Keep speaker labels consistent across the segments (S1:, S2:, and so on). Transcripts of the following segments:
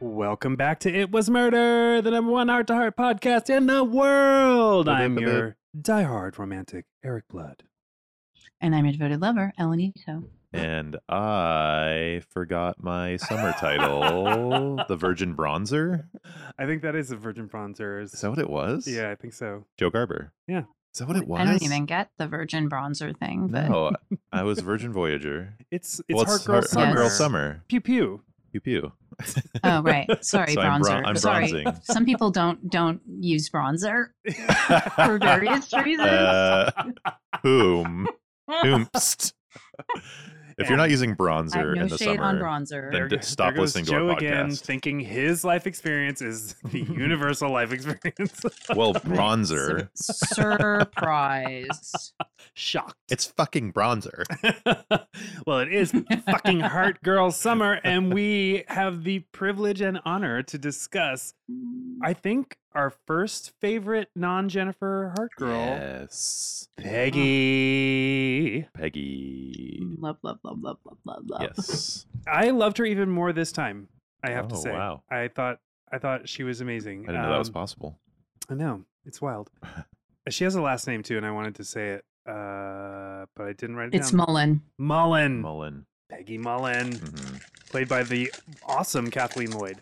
S1: Welcome back to It Was Murder, the number one heart to heart podcast in the world. I'm your diehard romantic, Eric Blood.
S2: And I'm your devoted lover, Ellen Ito.
S3: And I forgot my summer title, The Virgin Bronzer.
S1: I think that is the Virgin Bronzer.
S3: Is that what it was?
S1: Yeah, I think so.
S3: Joe Garber.
S1: Yeah.
S3: Is that what it was?
S2: I don't even get the virgin bronzer thing, but
S3: No, I was Virgin Voyager.
S1: It's it's
S3: Well,
S1: Hard Girl
S3: Har-
S1: Summer.
S3: Hard Girl Summer.
S1: Pew pew.
S3: Pew pew.
S2: oh right, sorry,
S3: So I'm
S2: bronzer.
S3: bron- I'm
S2: sorry,
S3: bronzing.
S2: some people don't don't use bronzer for various reasons.
S3: Uh, whom? Whomst. If you're
S1: Yeah.
S3: not using
S2: I have
S3: bronzer
S2: no
S3: in the
S2: shade
S3: summer,
S2: on bronzer.
S3: Then
S1: There
S3: d-
S1: go-
S3: stop
S1: there goes
S3: listening to
S1: Joe
S3: our
S1: again,
S3: podcast.
S1: thinking his life experience is the universal life experience.
S3: well,
S2: Right.
S3: bronzer.
S2: Sur- surprise.
S1: Shocked.
S3: It's fucking bronzer.
S1: well, it is fucking Heart Girl Summer, and we have the privilege and honor to discuss, I think, our first favorite non Jennifer Heart Girl,
S3: Yes.
S1: Peggy.
S3: Peggy.
S2: love, love, love, love, love, love, love.
S3: Yes.
S1: I loved her even more this time, I have to
S3: Oh,
S1: say.
S3: wow.
S1: I thought. I thought she was amazing.
S3: I didn't know that was
S1: Um,
S3: possible.
S1: I know. It's wild. she has a last name too, and I wanted to say it, uh, but I didn't write it
S2: It's
S1: down.
S2: Mullen.
S1: Mullen.
S3: Mullen.
S1: Peggy Mullen,
S3: Mhm.
S1: played by the awesome Kathleen Lloyd.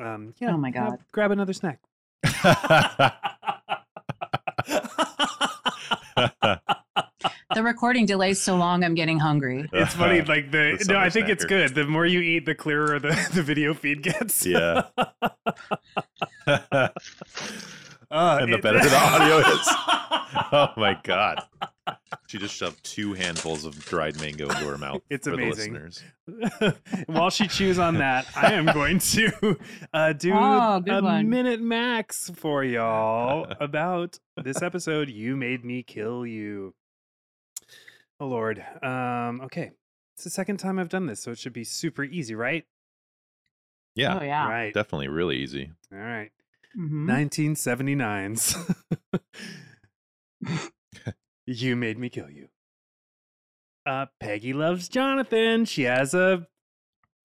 S1: Um, yeah,
S2: Oh my
S1: grab-
S2: God.
S1: Grab another snack.
S2: The recording delays so long. I'm getting hungry.
S1: it's funny, like the,
S3: The
S1: no, I
S3: summer
S1: think it's
S3: snacker.
S1: good. The more you eat, the clearer the, the video feed gets.
S3: yeah.
S1: Uh,
S3: And the
S1: it-
S3: better the audio is. oh my god. She just shoved two handfuls of dried mango into her mouth.
S1: It's
S3: for
S1: amazing.
S3: The listeners.
S1: While she chews on that, I am going to uh, do
S2: Oh, good
S1: a
S2: one.
S1: minute max for y'all about this episode. You made me kill you. Oh Lord. Um, okay, it's the second time I've done this, so it should be super easy, right?
S3: Yeah.
S2: Oh yeah.
S1: Right.
S3: Definitely really easy.
S1: All right.
S2: Mhm.
S1: 1979's. you made me kill you. Uh, Peggy loves Jonathan. She has a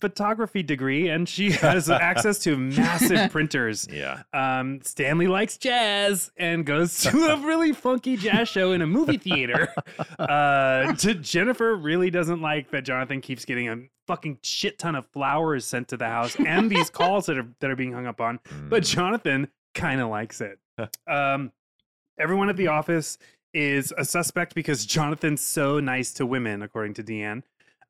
S1: photography degree and she has access to massive printers.
S3: Yeah.
S1: Um, Stanley likes jazz and goes to a really funky jazz show in a movie theater. Uh, to Jennifer really doesn't like that Jonathan keeps getting a fucking shit ton of flowers sent to the house and these calls that are that are being hung up on but
S3: Mm.
S1: Jonathan kind of likes it. Um, everyone
S2: Mm.
S1: at the office is a suspect because Jonathan's so nice to women, according to Deanne.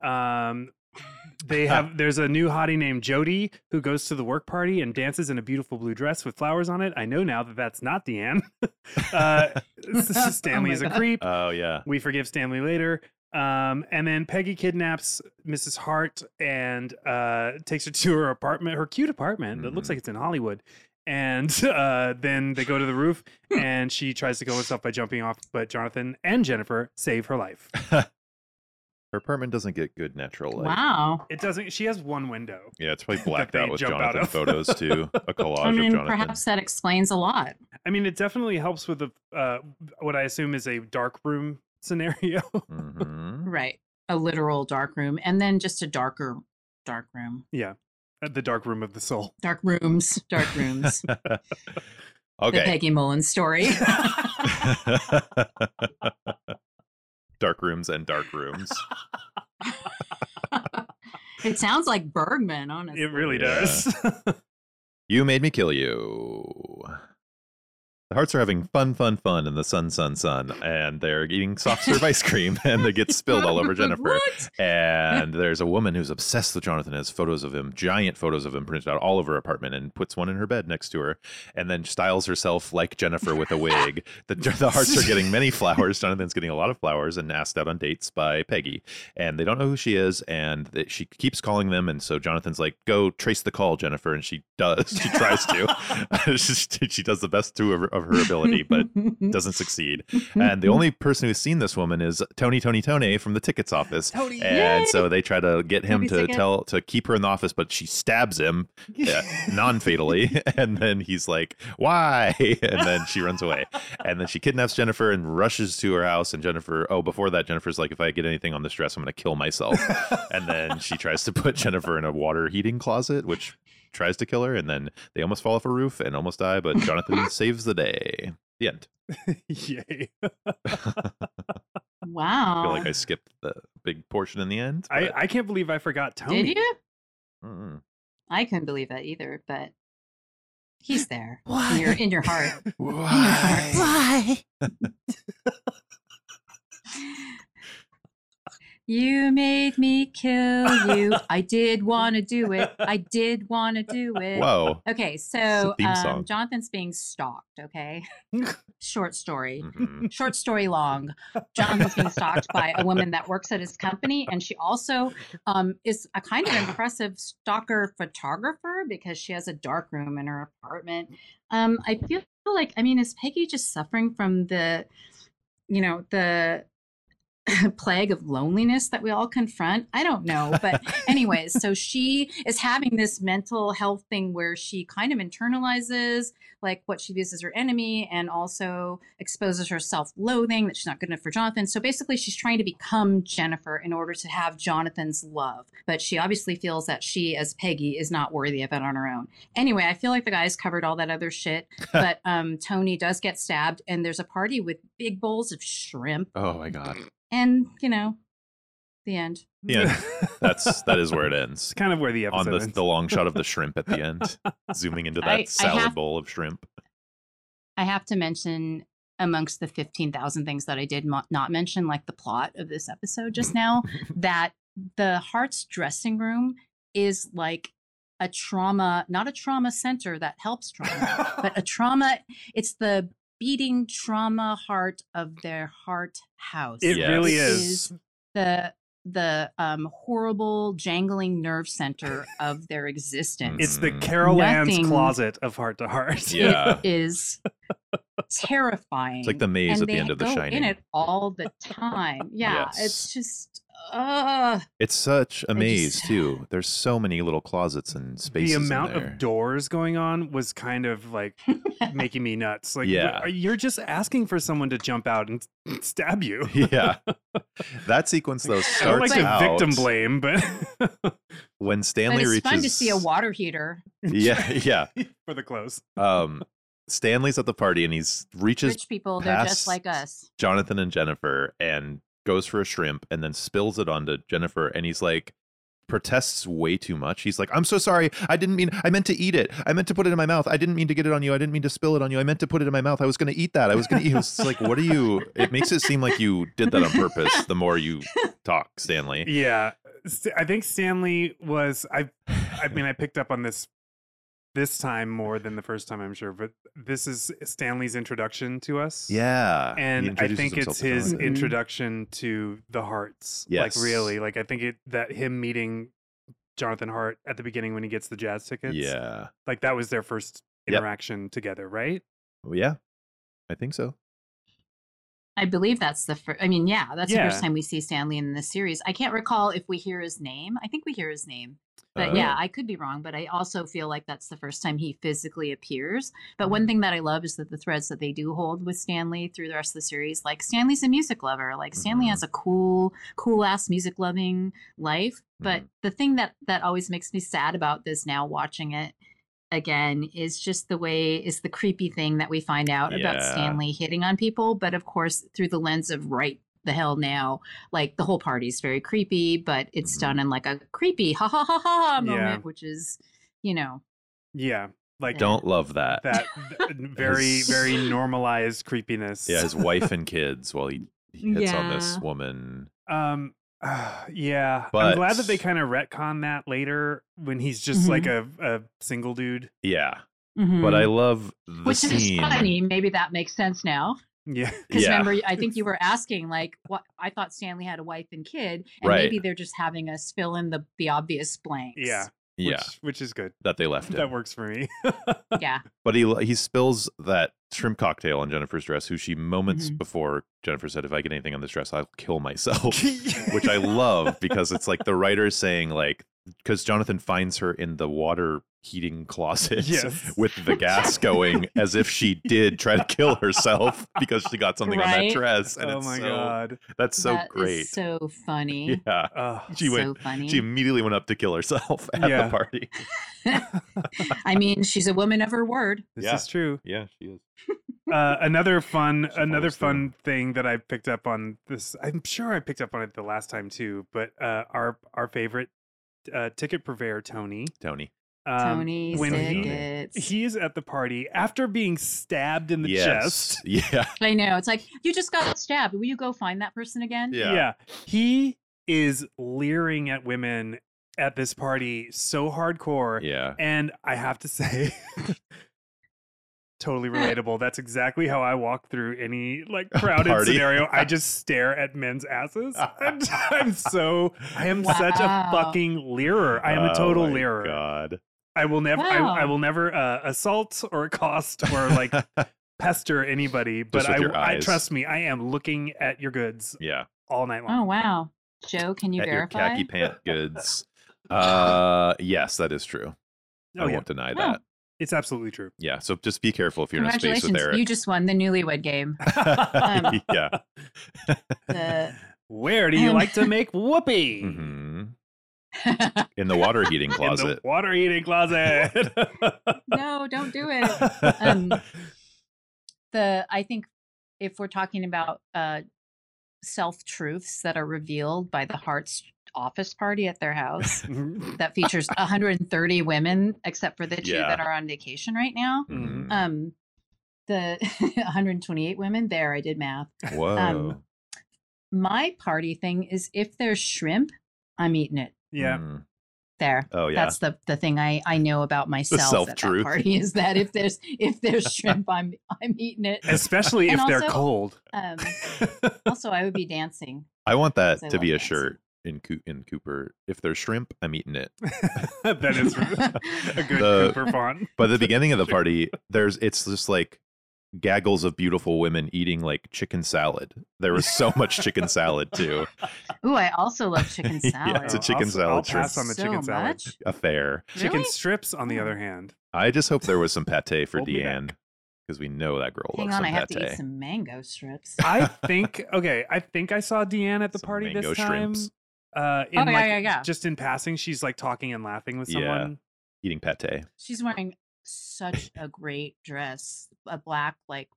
S1: Um, they have there's a new hottie named Jody who goes to the work party and dances in a beautiful blue dress with flowers on it. I know now that that's not Deanne. uh, Stanley
S2: Oh my
S1: is a
S2: God.
S1: creep.
S3: Oh yeah.
S1: We forgive Stanley later. Um, and then Peggy kidnaps Mrs. Hart and uh, takes her to her apartment, her cute apartment that looks
S3: Mhm.
S1: like it's in Hollywood. And uh, then they go to the roof, and she tries to kill herself by jumping off, but Jonathan and Jennifer save her life.
S3: Her apartment doesn't get good natural light.
S2: Wow.
S1: It doesn't. She has one window.
S3: Yeah, it's probably
S1: That
S3: blacked
S1: they
S3: out with
S1: jump out
S3: Jonathan
S1: of.
S3: photos too. A collage
S2: I mean,
S3: of Jonathan.
S2: perhaps that explains a lot.
S1: I mean, it definitely helps with the uh, what I assume is a dark room scenario.
S3: Mhm.
S2: Right. A literal dark room, and then just a darker dark room.
S1: uh, the dark room of the soul.
S2: Dark rooms. Dark rooms.
S3: Mm-hmm.
S2: The
S3: okay.
S2: Peggy Mullen story.
S3: dark rooms and dark rooms.
S2: it sounds like Bergman, honestly.
S1: It really
S3: Yeah.
S1: does.
S3: You made me kill you. The hearts are having fun, fun, fun in the sun, sun, sun, and they're eating soft serve ice cream, and they get spilled all over Jennifer.
S2: What?
S3: And there's a woman who's obsessed with Jonathan, has photos of him, giant photos of him printed out all over her apartment, and puts one in her bed next to her, and then styles herself like Jennifer with a wig. The, the hearts are getting many flowers. Jonathan's getting a lot of flowers and asked out on dates by Peggy, and they don't know who she is, and that she keeps calling them, and so Jonathan's like, "Go trace the call, Jennifer," and she does. She tries to. she, she does the best to of her, of her ability, but doesn't succeed. And the only person who's seen this woman is Tony, Tony, Tony from the tickets office.
S1: Tony.
S3: And so they try to get him
S2: Ruby
S3: to
S2: Ticket.
S3: tell to keep her in the office, but she stabs him uh, non-fatally, and then he's like, "Why?" And then she runs away, and then she kidnaps Jennifer and rushes to her house. And Jennifer, oh, before that, Jennifer's like, "If I get anything on this dress, I'm gonna kill myself." and then she tries to put Jennifer in a water heating closet, which tries to kill her, and then they almost fall off a roof and almost die, but Jonathan saves the day. The end.
S1: Yay.
S2: Wow.
S3: I feel like I skipped the big portion in the end.
S1: I,
S3: but-
S1: I can't believe I forgot Tony.
S2: Did you?
S3: Mm.
S2: I couldn't believe that either, but he's there in your in your heart.
S4: Why?
S2: You made me kill you. I did want to do it. I did want to do it.
S3: Whoa.
S2: Okay, so
S3: theme song.
S2: um, Jonathan's being stalked. Okay, short story.
S3: Mhm.
S2: Short story long. Jonathan's being stalked by a woman that works at his company, and she also um, is a kind of impressive stalker photographer because she has a dark room in her apartment. Um, I feel like, I mean, is Peggy just suffering from the, you know, the plague of loneliness that we all confront? I don't know, but anyways, so she is having this mental health thing where she kind of internalizes like what she views as her enemy and also exposes her self-loathing that she's not good enough for Jonathan. So basically she's trying to become Jennifer in order to have Jonathan's love. But she obviously feels that she as Peggy is not worthy of it on her own. Anyway, I feel like the guys covered all that other shit. but um Tony does get stabbed and there's a party with big bowls of shrimp
S3: Oh my god.
S2: and you know the end.
S3: Yeah, That's that is where it ends.
S1: It's kind of where the
S3: On
S1: episode
S3: the,
S1: ends.
S3: the long shot of the shrimp at the end, zooming into that
S2: I- I
S3: salad
S2: have-
S3: bowl of shrimp.
S2: I have to mention amongst the 15,000 things that I did mo- not mention, like the plot of this episode just now, that the Hearts dressing room is like a trauma, not a trauma center that helps trauma, but a trauma, it's the beating trauma heart of their heart house.
S1: it
S3: Yes.
S1: really
S2: It
S1: is.
S2: the the um, horrible jangling nerve center of their existence.
S1: It's the
S3: Mm.
S1: Carol Ann's
S2: Nothing-
S1: closet of heart to heart.
S3: Yeah.
S2: It is terrifying.
S3: It's like the maze
S2: and
S3: at the
S2: they
S3: end of The
S2: go
S3: Shining.
S2: in it all the time. Yeah,
S3: Yes.
S2: it's just uh
S3: It's such a
S2: just-
S3: maze too. There's so many little closets and spaces.
S1: the
S3: in
S1: amount
S3: there.
S1: of doors going on was kind of like making me nuts. Like,
S3: Yeah.
S1: wh- you're just asking for someone to jump out and stab you.
S3: yeah, that sequence though
S1: I don't
S3: starts
S1: like to
S3: out
S1: victim blame, but
S3: when Stanley
S2: but it's
S3: reaches.
S2: fun to see a water heater.
S3: Yeah, yeah.
S1: for the clothes.
S3: Um, Stanley's at the party and he's reaches
S2: Rich people, they're
S3: past-
S2: just like us.
S3: Jonathan and Jennifer and goes for a shrimp and then spills it onto Jennifer and he's like protests way too much. He's like, "I'm so sorry. I didn't mean I meant to eat it. I meant to put it in my mouth. I didn't mean to get it on you. I didn't mean to spill it on you. I meant to put it in my mouth. I was going to eat that. I was going to eat." It's like, "What are you It makes it seem like you did that on purpose the more you talk, Stanley."
S1: Yeah. S- I think Stanley was, I, I mean, I picked up on this this time more than the first time, I'm sure, but this is Stanley's introduction to us.
S3: Yeah. he
S1: and I
S3: introduces
S1: think
S3: himself
S1: it's
S3: to
S1: his
S3: Jonathan.
S2: in-
S1: introduction to the Hearts.
S3: Yes.
S1: Like really, like I think it that him meeting Jonathan Hart at the beginning when he gets the jazz tickets.
S3: Yeah.
S1: Like that was their first
S3: Yep.
S1: interaction together, right?
S3: Well, yeah. I think so.
S2: I believe that's the first I mean, yeah, that's
S1: Yeah.
S2: the first time we see Stanley in this series. I can't recall if we hear his name. I think we hear his name. But
S3: Oh.
S2: yeah, I could be wrong, but I also feel like that's the first time he physically appears. But one thing that I love is that the threads that they do hold with Stanley through the rest of the series, like Stanley's a music lover. Like Stanley
S3: Mhm.
S2: has a cool, cool ass music loving life. But the thing that that always makes me sad about this now watching it again is just the way is the creepy thing that we find out about
S3: Yeah.
S2: Stanley hitting on people, but of course through the lens of right the hell now, like the whole party's very creepy, but it's
S3: Mhm.
S2: done in like a creepy ha ha ha ha
S1: Yeah.
S2: moment, which is you know
S1: Yeah. Like
S2: Yeah.
S3: Don't love that.
S1: that th- very
S3: His-
S1: very normalized creepiness.
S3: Yeah, his wife and kids while he, he hits on this
S2: Yeah.
S3: woman.
S1: Um ah, yeah, I'm glad that they
S3: But-
S1: kind of retcon that later when he's just like a,
S3: Mm-hmm.
S1: a single dude.
S3: Yeah. But I love the
S2: mm-hmm. Mm. which
S3: scene.
S2: is funny. Maybe that makes sense now.
S1: Yeah,
S2: Because
S3: Yeah.
S2: remember, I think you were asking, like, what I thought Stanley had a wife and kid, and
S3: Right.
S2: maybe they're just having us fill in the the obvious blanks.
S1: yeah,
S3: yeah,
S1: which, which is good.
S3: that they left
S1: That
S3: him.
S1: works for me.
S2: yeah.
S3: But he he spills that shrimp cocktail on Jennifer's dress, who she moments
S2: Mhm.
S3: before Jennifer said, "If I get anything on this dress, I'll kill myself," which I love because it's like the writer is saying like because Jonathan finds her in the water heating closet
S1: Yes.
S3: with the gas going as if she did try to kill herself because she got something on
S2: Right?
S3: that dress. And
S1: oh
S3: it's
S1: my
S3: so-
S1: god.
S3: That's so
S2: That is
S3: great.
S2: so funny.
S3: yeah.
S1: Ugh.
S2: It's
S3: She went-
S2: so funny.
S3: She immediately went up to kill herself at
S1: Yeah.
S3: the party.
S2: I mean, she's a woman of her word.
S1: this
S3: Yeah.
S1: is true.
S3: Yeah, she is.
S1: Uh, another fun,
S3: She
S1: another
S3: follows through.
S1: fun thing that I picked up on this. I'm sure I picked up on it the last time too. But uh, our our favorite uh, ticket purveyor Tony.
S3: Tony.
S1: Um,
S2: Tony
S1: when he-
S2: Stickets.
S1: He's at the party after being stabbed in the chest.
S3: yes. Yeah.
S2: I know. It's like, you just got stabbed. Will you go find that person again?
S3: Yeah.
S1: He is leering at women at this party so hardcore.
S3: Yeah.
S1: And I have to say, totally relatable. That's exactly how I walk through any like crowded
S3: Party.
S1: scenario. I just stare at men's asses. I'm, I'm so I am such a
S2: Wow.
S1: fucking leerer. I am a
S3: Oh
S1: total
S3: my
S1: leerer.
S3: God.
S1: I will never I, I
S2: Wow.
S1: will never uh, assault or accost or like pester anybody, but
S3: Just with
S1: I,
S3: your
S1: I
S3: eyes.
S1: trust me, I am looking at your goods
S3: yeah.
S1: all night long.
S2: Oh, wow. Joe, can you
S3: at your
S2: verify?
S3: khaki pant goods. Uh, yes, that is true. I
S1: Oh, yeah.
S3: won't deny
S2: Oh.
S3: that.
S1: It's absolutely true.
S3: Yeah. So just be careful if you're in a space with
S2: Congratulations.
S3: Eric.
S2: You just won the newlywed game. Um,
S3: yeah.
S2: The,
S1: Where do you
S2: um,
S1: like to make whoopee?
S3: hmm In the water heating
S1: In the
S3: closet.
S1: water heating closet.
S2: no, don't do it. Um, the I think if we're talking about uh, self truths that are revealed by the Hearts office party at their house that features 130 women, except for the two
S3: Yeah.
S2: that are on vacation right now.
S3: Mhm.
S2: Um, the 128 women there. I did math.
S3: Whoa.
S2: My party thing is if there's shrimp, I'm eating it.
S1: yeah.
S3: Mm.
S2: There.
S3: Oh yeah.
S2: That's the the thing I I know about myself at
S3: self-truth.
S2: that party is that if there's if there's shrimp, I'm I'm eating
S3: Mm-hmm.
S2: it.
S1: Especially if
S2: And
S1: they're
S2: also-
S1: cold.
S2: Um, also, I would be dancing.
S3: I want that
S2: 'Cause I
S3: to be a
S2: love dancing.
S3: shirt in Coo- in Cooper. If there's shrimp, I'm eating it.
S1: that is a good
S3: The-
S1: Cooper font.
S3: By the beginning of the party, there's it's just like gaggles of beautiful women eating like chicken salad. There was so much chicken salad too.
S2: Ooh, I also love chicken
S3: Yeah,
S2: salad.
S3: It's a
S1: Oh,
S3: chicken
S1: I'll,
S3: salad
S1: I'll
S3: shrimp.
S1: pass on the
S2: so
S1: chicken salad.
S2: Much?
S3: A fair.
S1: Chicken
S2: Really?
S1: strips, on the
S2: Oh.
S1: other hand.
S3: I just hope there was some pate for
S1: Hold me back.
S3: Deanne because we know that girl
S2: Hang
S3: loves
S2: on,
S3: some
S2: I have
S3: pate.
S2: to eat some mango strips.
S1: I think okay. I think I saw Deanne at the
S3: Some
S1: party
S3: mango
S1: this time.
S3: shrimps.
S1: Uh, in
S2: yeah,
S1: like,
S2: yeah, yeah.
S1: Just in passing, she's like talking and laughing with
S3: Yeah.
S1: someone.
S3: Eating pate.
S2: She's wearing such a great dress, a black like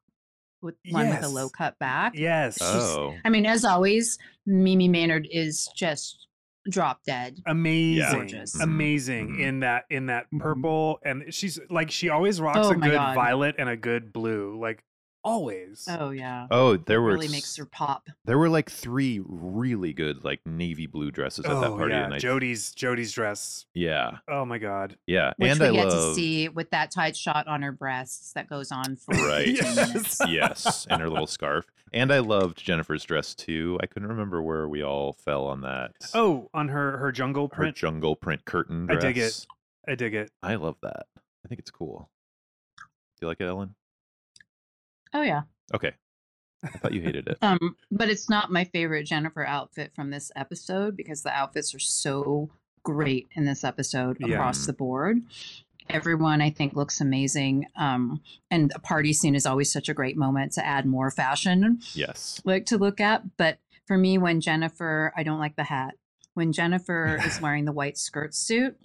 S2: with one with a low
S1: Yes.
S2: cut back.
S1: Yes,
S2: She's-
S3: Oh.
S2: I mean, as always, Mimi Maynard is just drop dead.
S1: amazing,
S2: Gorgeous.
S3: Mhm,
S1: amazing
S3: mhm.
S1: in that in that
S2: Mhm.
S1: purple, and she's like she always rocks
S2: Oh
S1: a
S2: my
S1: good
S2: God.
S1: violet and a good blue, like always.
S2: Oh yeah,
S3: Oh, there were
S2: really makes
S3: s-
S2: her pop.
S3: there were like three really good like navy blue dresses at that
S1: Oh,
S3: party,
S1: yeah,
S3: and I,
S1: Jody's Jody's dress.
S3: yeah,
S1: Oh my god,
S3: yeah,
S2: Which
S3: and
S2: we
S3: I
S2: get
S3: love
S2: to see with that tight shot on her breasts that goes on for
S3: Right.
S2: 15
S1: Yes.
S2: minutes.
S3: yes, and her little scarf, and I loved Jennifer's dress too. I couldn't remember where we all fell on that.
S1: oh on her her jungle
S3: her
S1: print.
S3: jungle print curtain.
S1: I
S3: Dress.
S1: dig it. I dig it.
S3: I love that. I think it's cool. Do you like it, Ellen?
S2: Oh yeah.
S3: Okay, I thought you hated it.
S2: Um, but it's not my favorite Jennifer outfit from this episode because the outfits are so great in this episode
S1: Yeah.
S2: across the board. Everyone, I think, looks amazing. Um, and a party scene is always such a great moment to add more fashion,
S3: Yes.
S2: like to look at. But for me, when Jennifer, I don't like the hat. When Jennifer is wearing the white skirt suit,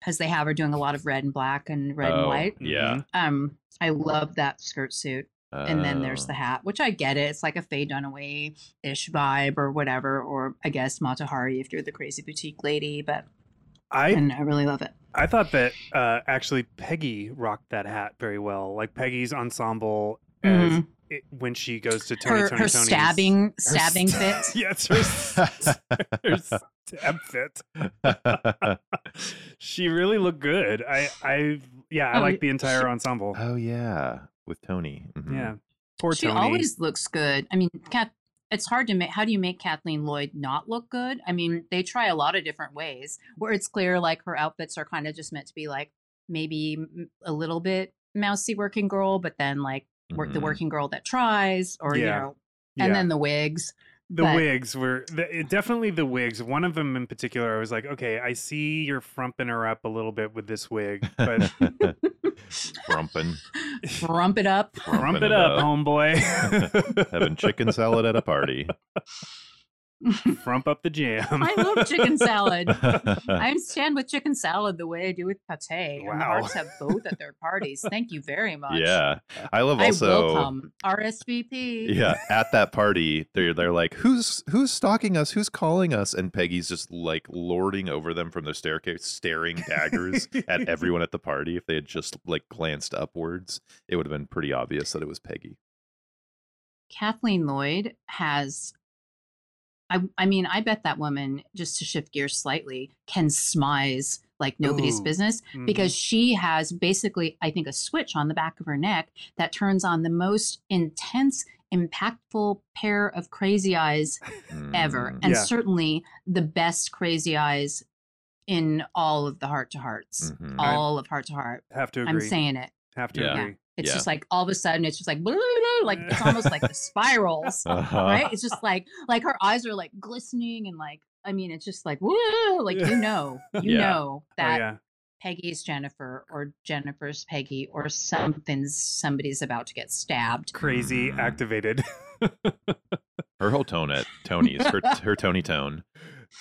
S2: because they have her doing a lot of red and black and red and
S3: Oh,
S2: white.
S1: Mm-hmm.
S3: Yeah.
S2: Um, I love that skirt suit and then there's
S3: Oh.
S2: the hat, which I get it. It's like a Faye Dunaway ish vibe or whatever, or I guess Mata Hari if you're the crazy boutique lady. But
S1: I
S2: and I really love it.
S1: I thought that uh, actually Peggy rocked that hat very well. Like Peggy's ensemble as
S2: Mhm.
S1: it, when she goes to Tony
S2: Her,
S1: Tony
S2: her
S1: Tony's.
S2: stabbing stabbing
S1: st-
S2: fit.
S1: yes, her,
S3: Um.
S1: s- her stab fit. She really looked good. I, I, yeah, I
S2: Oh,
S1: like the entire
S2: she-
S1: ensemble.
S3: oh yeah, with Tony. Mhm.
S1: Yeah, poor
S2: She
S1: Tony.
S2: always looks good. I mean, Kat, it's hard to make. How do you make Kathleen Lloyd not look good? I mean, they try a lot of different ways where it's clear like her outfits are kind of just meant to be like maybe m- a little bit mousy working girl, but then like work the
S1: Mm-hmm.
S3: Mhm.
S2: working girl that tries, or you
S1: Yeah.
S2: know,
S1: Yeah.
S2: and then the wigs
S1: the
S2: But-
S1: wigs were the, it- definitely the wigs. One of them in particular, I was like, okay, I see you're frumping her up a little bit with this wig, but
S3: Mm-hmm. Frumpin'.
S2: Rump it up.
S1: rump it up, homeboy.
S3: Having chicken salad at a party.
S1: Frump up the jam.
S2: I love chicken salad. I stand with chicken salad the way I do with pate. And the
S1: Wow.
S2: Hearts have both at their parties. Thank you very much.
S3: yeah. I love
S2: I
S3: also.
S2: will come. RSVP.
S3: yeah at that party they're they're like who's who's stalking us who's calling us and peggy's just like lording over them from the staircase staring daggers at everyone at the party if they had just like glanced upwards it would have been pretty obvious that it was peggy
S2: Kathleen Lloyd has. I, I mean, I bet that woman, just to shift gears slightly, can smize like nobody's
S1: Ooh.
S2: business
S1: Mhm.
S2: because she has basically, I think, a switch on the back of her neck that turns on the most intense, impactful pair of crazy eyes ever,
S3: Mm.
S2: and
S1: Yeah.
S2: certainly the best crazy eyes in all of the heart to hearts,
S3: Mhm.
S1: Mm, I-
S2: all of heart to heart.
S1: have to agree.
S2: I'm saying it.
S1: have to
S3: Yeah.
S1: agree. Oh,
S2: It's
S3: Yeah.
S2: just like all of a sudden, it's just like blah, blah, blah, like it's almost like the spirals,
S3: Uh-huh.
S2: right? It's just like like her eyes are like glistening and like I mean, it's just like woo, like you know, you
S3: Yeah.
S2: know that
S1: oh yeah.
S2: Peggy's Jennifer or Jennifer's Peggy or something's somebody's about to get stabbed.
S1: Crazy
S3: Mm.
S1: activated.
S3: her whole tone at tony's her, her tony tone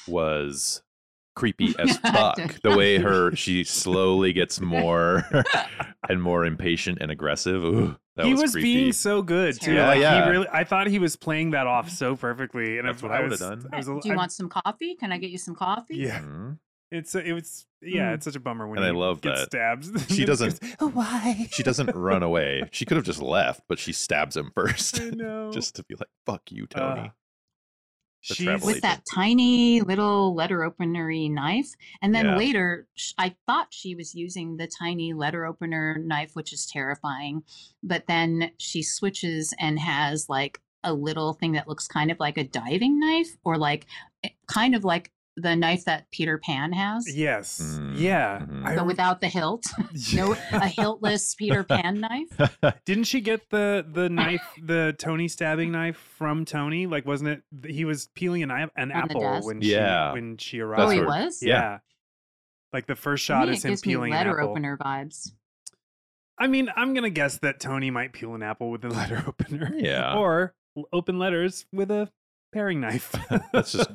S3: was creepy as fuck the way her she slowly gets more and more impatient and aggressive Ooh, that
S1: he
S3: was,
S1: was
S3: creepy
S1: being so good too.
S2: Terrible.
S1: Like,
S3: Yeah, yeah.
S1: He really, I thought he was playing that off so perfectly, and
S3: That's
S1: I,
S3: what I would've
S1: was-
S3: done.
S1: I was a
S2: Do
S1: li-
S2: you
S1: I'm-
S2: want some coffee? Can I get you some coffee?
S1: Yeah,
S3: Mhm.
S1: it's it was yeah,
S2: Mm.
S1: it's such a bummer when
S3: And I
S1: you
S3: love
S1: get
S3: that
S1: stabs.
S3: she doesn't-
S1: "Oh,
S4: Why?
S3: She doesn't run away. She could have just left, but she stabs him first,
S1: I know.
S3: just to be like, "Fuck you,
S1: Uh,
S3: Tony." the
S1: she's-
S3: travel
S2: with
S3: agent.
S2: that tiny little letter openery knife. And then
S3: Yeah.
S2: later, sh- I thought she was using the tiny letter opener knife, which is terrifying. But then she switches and has like a little thing that looks kind of like a diving knife or like eh, kind of like the knife that Peter Pan has,
S1: Yes.
S3: Mm,
S1: Yeah.
S3: mhm.
S1: I
S2: but
S1: rem-
S2: without the hilt. No, a hiltless Peter Pan knife.
S1: Didn't she get the the knife, the Tony stabbing knife from Tony? Like, wasn't it? th- He was peeling an, i- an
S2: the
S1: apple
S2: desk?
S1: when
S3: Yeah.
S1: she when she
S2: Oh,
S1: arrived.
S2: he
S3: where-
S2: was?
S1: Yeah. Like the first
S2: To
S1: shot
S2: me,
S1: is
S2: it
S1: him
S2: gives me
S1: peeling an
S2: letter
S1: apple.
S2: opener vibes.
S1: I mean, I'm gonna guess that Tony might peel an apple with a letter opener,
S3: yeah,
S1: or l- open letters with a paring knife.
S3: that's just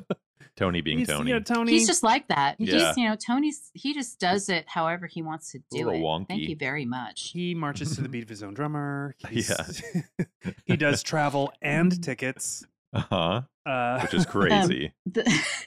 S3: Tony being
S1: He's-
S3: Tony.
S1: Yeah, Tony.
S2: He's just like that. He's
S3: Yeah.
S2: you know, Tony's he just does it however he wants to do
S3: little
S2: it.
S3: wonky.
S2: Thank you very much.
S1: he marches to the beat of his own drummer.
S3: Yeah.
S1: He's- he does travel and tickets,
S3: uh huh,
S1: uh,
S3: which is crazy.
S2: The-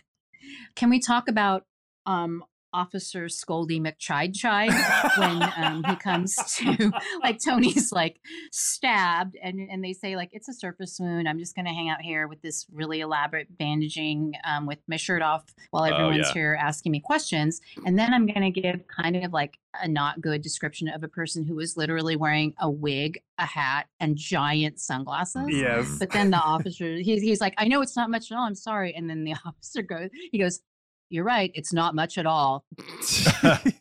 S2: Can we talk about um Officer Scoldy McChide Chide when um, he comes to like Tony's like stabbed and and they say like it's a surface wound. I'm just gonna hang out here with this really elaborate bandaging um, with my shirt off while
S3: Oh,
S2: everyone's
S3: yeah.
S2: here asking me questions, and then I'm gonna give kind of like a not good description of a person who is literally wearing a wig, a hat, and giant sunglasses.
S1: Yes.
S2: But then the officer, he's, he's like, I know it's not much at all. I'm sorry. And then the officer goes, he goes, You're right. It's not much at all.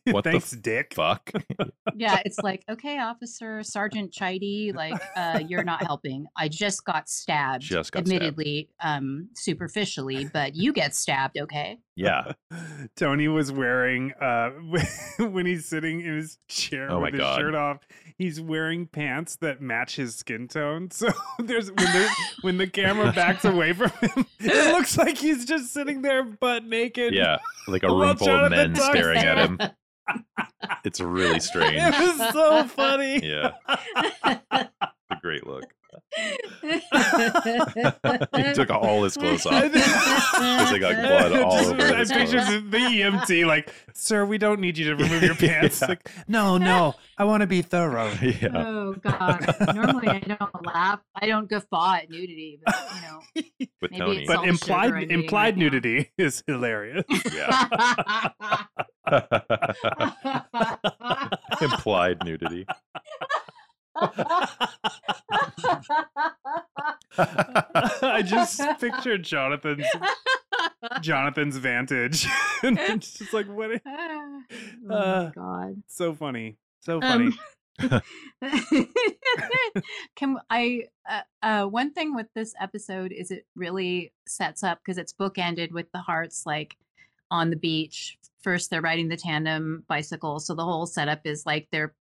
S3: What the
S1: Thanks, Dick.
S3: Mm, Fuck.
S2: Yeah. It's like, okay, officer, Sergeant Chidey, like, uh, you're not helping. I just got stabbed.
S3: Just got stabbed.
S2: admittedly, um, superficially, but you get stabbed. Okay.
S3: Yeah.
S1: Tony was wearing uh when he's sitting in his chair
S3: Oh my
S1: with his
S3: God.
S1: shirt off, he's wearing pants that match his skin tone. So there's when there's, when the camera backs away from him, it looks like he's just sitting there butt naked.
S3: Yeah. Like a
S1: Love
S3: room full of
S1: Jonathan
S3: men
S1: Tucker.
S3: staring at him. It's really strange.
S1: It was so funny.
S3: Yeah. It's a great look. he took all his clothes
S1: I
S3: off.
S1: think-
S3: It's like, like blood all
S1: Just-
S3: over his
S1: I picture
S3: clothes.
S1: the, the EMT like, sir, we don't need you to remove your pants.
S3: Yeah.
S1: Like, no, no, I want to be thorough.
S3: Yeah.
S2: Oh God! Normally I don't laugh. I don't guffaw at nudity, but you know.
S3: With
S2: Maybe
S3: Tony.
S2: it's
S1: But
S2: Salt and sugar I'm
S1: implied
S2: eating right
S1: implied
S2: now.
S1: nudity is hilarious.
S2: Oh,
S3: Yeah. Implied nudity. Uh-huh.
S1: I just pictured Jonathan's Jonathan's vantage. and it's just like what a-
S2: oh
S1: Uh,
S2: my God!
S1: so funny. So funny.
S2: Um, Can I? Uh, uh, one thing with this episode is it really sets up because it's bookended with the hearts like on the beach. First, they're riding the tandem bicycle, so the whole setup is like they're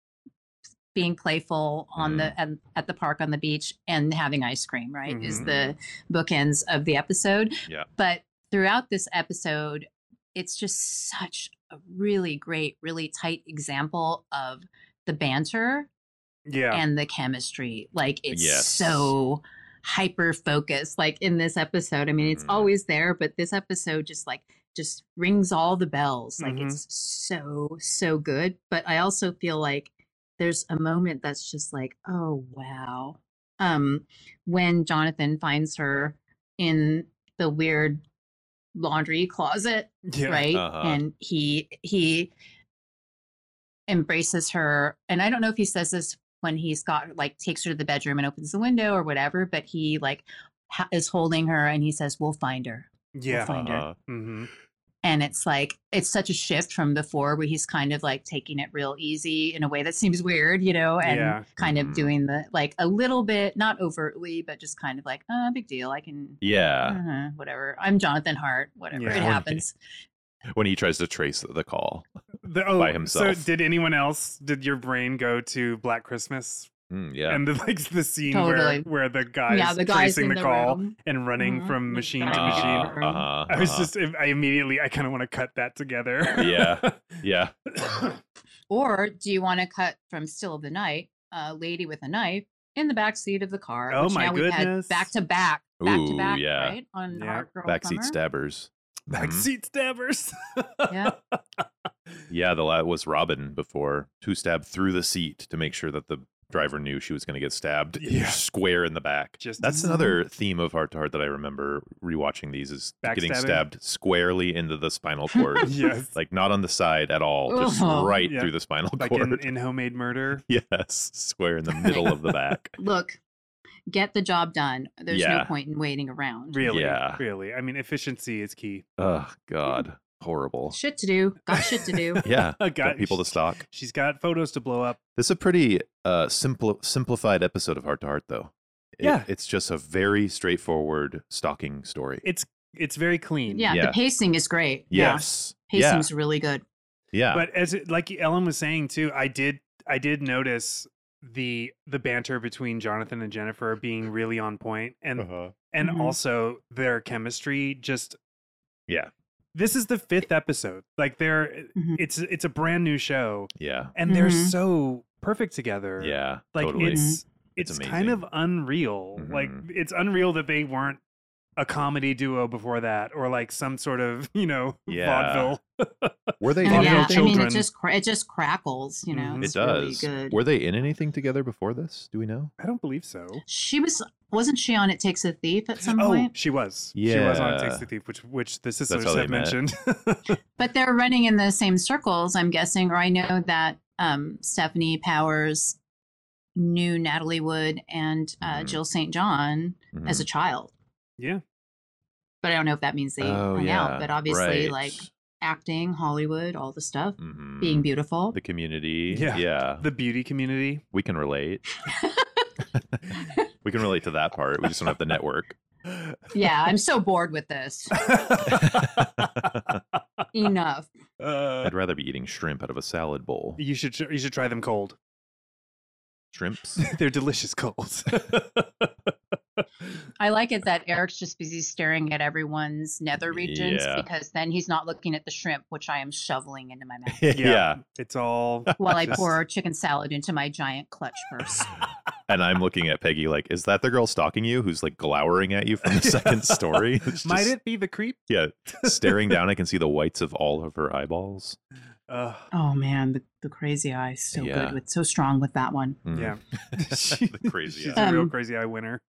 S2: being playful on the at, at the park on the beach and having ice cream. Right is
S1: Mhm.
S2: the bookends of the episode.
S3: Yeah.
S2: But throughout this episode, it's just such a really great, really tight example of the banter
S1: Yeah.
S2: and the chemistry. Like it's
S3: Yes.
S2: so hyper focused. Like in this episode, I mean, it's
S1: Mm-hmm.
S3: Mhm.
S2: always there, but this episode just like just rings all the bells. Like
S1: Mhm.
S2: it's so so good. But I also feel like there's a moment that's just like, oh wow, um, when Jonathan finds her in the weird laundry closet
S1: yeah.
S2: right
S3: Uh-huh.
S2: and he he embraces her and i don't know if he says this when he's got like takes her to the bedroom and opens the window or whatever but he like ha- is holding her and he says we'll find her
S1: Yeah.
S2: find her.
S3: Uh-huh.
S1: hmm
S2: and it's like it's such a shift from before where he's kind of like taking it real easy in a way that seems weird you know and
S1: Yeah. mm-hmm.
S2: kind
S3: Mhm.
S2: of doing the like a little bit not overtly but just kind of like uh big deal i can
S3: Yeah,
S2: uh whatever i'm jonathan hart whatever
S1: Yeah.
S2: it happens
S3: when he tries to trace the call.
S1: The- oh,
S3: By himself.
S1: So did anyone else? Did your brain go to Black Christmas
S3: Mm, yeah,
S1: and the like the scene
S2: Totally.
S1: where where the guys
S2: yeah the guy's
S1: tracing
S2: in
S1: the,
S2: the,
S1: call
S2: room
S1: and running
S2: Mhm.
S1: from
S2: The
S1: machine
S2: guy
S1: to
S2: in the
S1: machine?
S2: room.
S3: uh-huh,
S1: I was
S3: uh-huh.
S1: just I immediately I kind of want to cut that together.
S3: Yeah. yeah.
S2: Or do you want to cut from Still of the Night, a lady with a knife in the back seat of the car?
S1: Oh
S2: which
S1: my
S2: now
S1: goodness.
S2: We've had back to back, back
S3: Ooh,
S2: to back,
S3: yeah.
S2: right? On
S1: Yeah.
S2: Hard Girl
S3: Backseat
S2: Summer.
S3: stabbers. Mhm.
S1: Oh, Backseat stabbers.
S2: Yeah.
S3: Yeah, the la was Robin before, who stabbed through the seat to make sure that the driver knew she was going to get stabbed
S1: Yeah.
S3: square in the back.
S1: Just
S3: That's
S1: Mhm.
S3: another theme of Heart to Heart that I remember rewatching these is getting
S1: Backstabbing.
S3: stabbed squarely into the spinal cord.
S1: Yes.
S3: like not on the side at all, just
S2: Ugh.
S3: right
S1: Yeah.
S3: through the spinal
S1: Like
S3: cord.
S1: in, in homemade murder.
S3: yes, square in the middle of the back.
S2: Look, get the job done. There's
S3: Yeah.
S2: no point in waiting around.
S1: Really.
S3: Yeah.
S1: Really. I mean efficiency is key.
S3: Oh God, horrible.
S2: Shit to do. Got shit to do.
S3: Yeah,
S1: I
S3: got people to stalk.
S1: She's got photos to blow up.
S3: This is a pretty uh, simple, simplified episode of Heart to Heart, though. It-
S1: Yeah.
S3: it's just a very straightforward stalking story.
S1: It's it's very clean.
S2: Yeah,
S3: Yeah.
S2: the pacing is great.
S3: yes,
S2: Yeah.
S3: yeah,
S2: Pacing's really good.
S3: yeah.
S1: But as it, like Ellen was saying too, I did I did notice the the banter between Jonathan and Jennifer being really on point and
S3: Uh-huh.
S1: and
S2: Mhm.
S1: also their chemistry just
S3: Yeah. Mm-hmm.
S1: This is the 5th episode. Like they're
S2: Mhm.
S1: it's it's a brand new show
S3: yeah,
S1: and they're
S2: Mhm.
S1: so perfect together.
S3: Mm-hmm. yeah,
S1: Like
S3: totally. Mm-hmm.
S1: it's
S3: It's
S1: it's, kind
S3: amazing.
S1: of unreal. Like
S3: Mhm.
S1: it's unreal that they weren't a comedy duo before that or like some sort of, you know,
S3: Yeah.
S1: vaudeville.
S3: Were they?
S2: And
S1: Audio
S2: yeah, I mean,
S1: children.
S2: it just cra- it just crackles. You know,
S1: Mhm.
S3: Mm-hmm. it
S2: it's
S3: does.
S2: really good.
S3: Were they in anything together before this? Do we know?
S1: I don't believe so.
S2: she was wasn't she on It Takes a Thief at some
S1: oh,
S2: point?
S1: she was. She was on
S3: Yeah.
S1: Takes the Thief, which which the sisters
S3: how they
S1: have
S3: met.
S1: mentioned.
S2: But they're running in the same circles, I'm guessing, or I know that um, Stephanie Powers knew Natalie Wood and uh,
S3: Mhm.
S2: Jill St. John
S3: Mm-hmm.
S2: as a child.
S1: yeah.
S2: But I don't know if that means they
S3: oh,
S2: hung
S3: yeah.
S2: out. But obviously,
S3: right.
S2: like acting, Hollywood, all the stuff,
S3: Mhm.
S2: being beautiful.
S3: the community.
S1: Yeah.
S3: yeah.
S1: The beauty community.
S3: we can relate. we can relate to that part. We just don't have the network.
S2: yeah, I'm so bored with this. Enough.
S1: Uh,
S3: I'd rather be eating shrimp out of a salad bowl.
S1: you should tr- you should try them cold.
S3: Shrimps?
S1: They're delicious cold.
S2: I like it that Eric's just busy staring at everyone's nether regions
S3: Yeah.
S2: because then he's not looking at the shrimp, which I am shoveling into my mouth.
S3: yeah.
S1: It's all
S2: while I
S1: Just-
S2: pour chicken salad into my giant clutch purse.
S3: And I'm looking at Peggy like, is that the girl stalking you who's like glowering at you from the second story? It's
S1: Might
S3: just-
S1: it be the creep?
S3: Yeah. Staring down, I can see the whites of all of her eyeballs.
S1: Uh,
S2: Oh man, the, the crazy eye is so
S3: Yeah.
S2: good with so strong with that one.
S3: Mm.
S1: Yeah.
S3: the crazy
S1: She's
S3: eye.
S1: a real
S2: Um,
S1: crazy eye winner.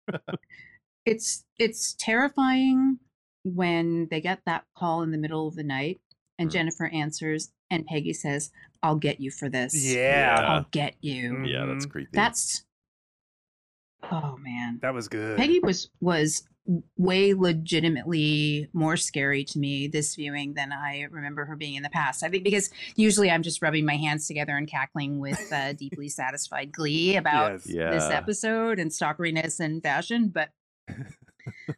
S2: It's it's terrifying when they get that call in the middle of the night and
S3: Mm.
S2: Jennifer answers and Peggy says, "I'll get you for this.
S1: Yeah.
S2: I'll get you."
S1: Mm.
S3: "Mm-hmm." Yeah, that's
S1: Mhm.
S3: creepy.
S2: That's Oh man.
S1: That was good.
S2: Peggy was was way legitimately more scary to me this viewing than I remember her being in the past. I think because usually I'm just rubbing my hands together and cackling with uh, deeply satisfied glee about
S1: yes.
S3: Yeah.
S2: this episode and stalkeriness and fashion, but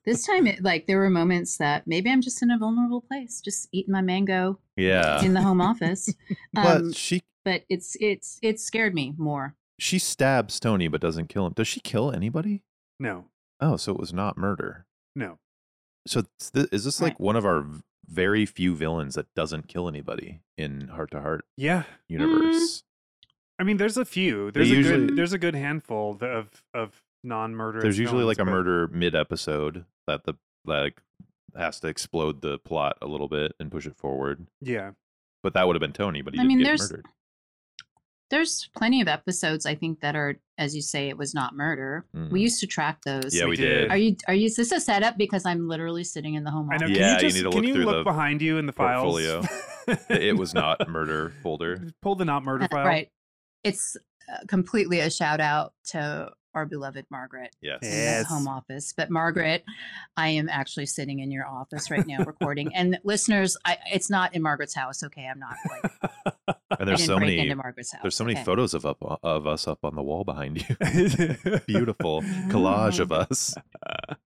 S2: this time it like there were moments that maybe I'm just in a vulnerable place, just eating my mango
S3: Yeah.
S2: in the home office. Um,
S3: but she
S2: but it's it's it scared me more.
S3: she stabs Tony but doesn't kill him. Does she kill anybody?
S1: No.
S3: Oh, so it was not murder.
S1: No.
S3: So it's th- is this like
S2: Right.
S3: one of our v- very few villains that doesn't kill anybody in Heart to Heart
S1: Yeah.
S2: Mm.
S3: universe?
S1: I mean, there's a few.
S3: They
S1: There's a
S3: usually-
S1: good. There's a good handful th- of of non-murderous.
S3: There's usually like a
S1: villains,
S3: murder mid episode that the like has to explode the plot a little bit and push it forward.
S1: but- Yeah.
S3: But that would have been Tony, but he
S2: I
S3: didn't
S2: mean,
S3: get
S2: there's-
S3: murdered.
S2: There's plenty of episodes I think that are, as you say, it was not murder.
S3: Mm.
S2: We used to track those.
S3: Yeah,
S1: we
S3: we
S1: did.
S3: did.
S2: Are you are you is this a setup? Because I'm literally sitting in the home
S1: I know.
S2: office.
S1: Can
S3: Yeah,
S1: you
S3: you
S1: just
S3: need to
S1: can
S3: look
S1: you
S3: through
S1: look
S3: the
S1: behind you in the files?
S3: It was not murder folder.
S1: Pull the not murder file.
S2: Uh, Right. It's uh, completely a shout out to our beloved Margaret
S3: Yes.
S2: in
S1: Yes.
S2: the home office. But Margaret, I am actually sitting in your office right now recording. and listeners, I, it's not in Margaret's house. Okay, I'm not like
S3: And
S2: I
S3: there's
S2: didn't
S3: so
S2: break
S3: many
S2: into Margaret's house.
S3: there's so many
S2: okay.
S3: photos of up uh, of us up on the wall behind you. Beautiful
S2: Mm.
S3: collage of us.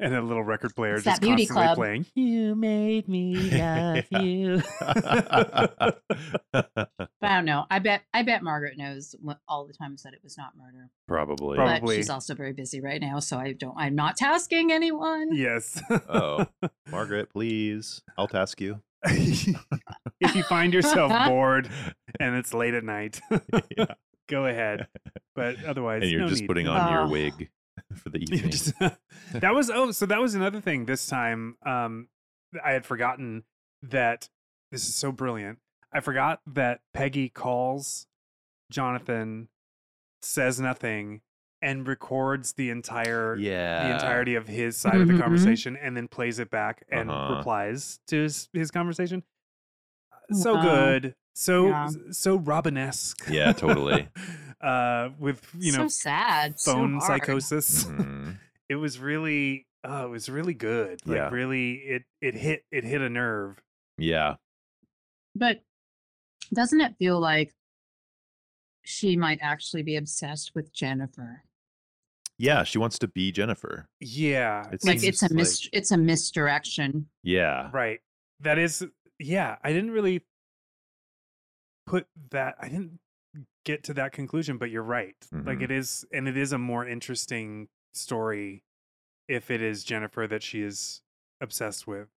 S1: and a little record player
S2: It's
S1: just
S2: that beauty
S1: constantly
S2: club.
S1: playing.
S4: You made me love
S3: Yeah.
S4: you.
S2: But I don't know. I bet I bet Margaret knows what, all the times that it was not murder.
S3: Probably.
S1: Probably.
S2: But she's also very busy right now, so I don't. I'm not tasking anyone.
S1: Yes.
S3: Oh, Margaret, please. I'll task you.
S1: if you find yourself bored and it's late at night,
S3: Yeah.
S1: go ahead. But otherwise,
S3: and you're
S1: no
S3: just
S1: need.
S3: putting on your
S2: Oh.
S3: wig for the
S1: You're
S3: evening.
S1: just- that was oh, so that was another thing this time. Um, I had forgotten that this is so brilliant. I forgot that Peggy calls Jonathan, says nothing, and records the entire
S3: yeah.
S1: the entirety of his side of
S2: Mhm,
S1: the
S2: mhm.
S1: conversation and then plays it back and
S3: Uh-huh.
S1: replies to his, his conversation. Uh, So
S2: Wow.
S1: good. So
S2: um, Yeah.
S1: so Robin-esque.
S3: Yeah, totally.
S1: uh with you
S2: so
S1: know
S2: sad. so
S1: phone
S2: hard.
S1: psychosis.
S3: Mhm.
S1: It was really oh, it was really good. Like
S3: Yeah.
S1: really it it hit it hit a nerve.
S3: Yeah.
S2: But doesn't it feel like she might actually be obsessed with Jennifer?
S3: Yeah. She wants to be Jennifer.
S1: Yeah.
S3: It
S2: Like
S3: seems
S2: it's a
S3: like-
S2: mis- it's a misdirection.
S3: Yeah.
S1: Right. That is yeah, I didn't really put that I didn't get to that conclusion, but you're right. Like
S3: Mhm.
S1: it is and it is a more interesting story if it is Jennifer that she is obsessed with.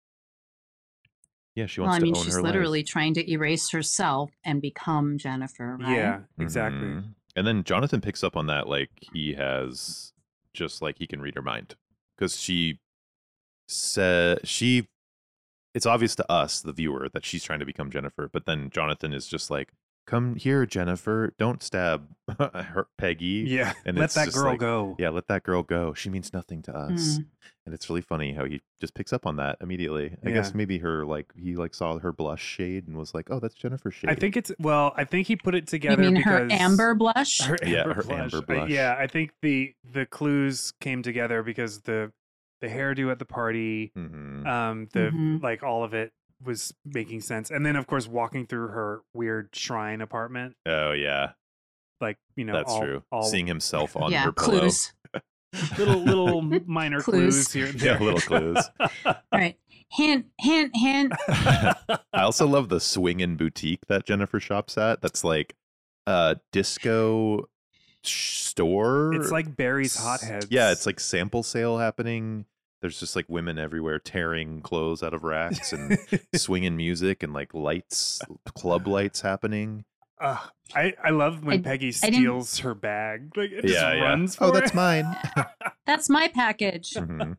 S3: Yeah. She
S2: Well,
S3: wants
S2: I mean,
S3: to own
S2: she's
S3: her
S2: literally
S3: life.
S2: trying to erase herself and become Jennifer. Right?
S1: Yeah, exactly.
S3: Mhm. And then Jonathan picks up on that. Like he has just like he can read her mind because she said she. It's obvious to us, the viewer, that she's trying to become Jennifer, but then Jonathan is just like, "Come here, Jennifer! Don't stab her, Peggy.
S1: Yeah.
S3: and
S1: Let
S3: it's
S1: that
S3: just
S1: girl
S3: like-
S1: go.
S3: Yeah, let that girl go. She means nothing to us.
S2: Mm.
S3: And it's really funny how he just picks up on that immediately. I guess
S1: Yeah.
S3: maybe her like he like saw her blush shade and was like, "Oh, that's Jennifer's shade."
S1: I think it's well, I think he put it
S2: You
S1: together
S2: mean her
S1: because
S2: amber blush?
S1: her
S3: Yeah,
S1: amber
S3: her
S1: blush.
S3: amber
S1: Uh,
S3: blush.
S1: yeah, I think the the clues came together because the the hairdo at the party,
S3: Mhm.
S1: um the
S2: Mhm.
S1: like all of it was making sense and then of course walking through her weird shrine apartment
S3: oh yeah,
S1: like you know
S3: that's
S1: all,
S3: true.
S1: all
S3: Seeing himself on
S2: yeah,
S3: her pillow.
S2: clues.
S1: little little minor clues,
S2: Clues.
S1: here and
S3: Yeah,
S1: there.
S3: little clues.
S2: Right. Hint, hint, hint.
S3: I also love the swingin' boutique that Jennifer shops at. That's like a disco sh- store.
S1: it's like barry's
S3: S-
S1: hotheads
S3: Yeah, it's like sample sale happening. There's just like women everywhere tearing clothes out of racks and swinging music and like lights, club lights happening.
S1: Ugh, i i love when
S2: I-
S1: peggy
S2: I didn't-
S1: steals her bag like it just
S3: Yeah, yeah.
S1: runs for
S3: oh, that's
S1: it.
S3: mine.
S2: That's my package.
S3: Mhm.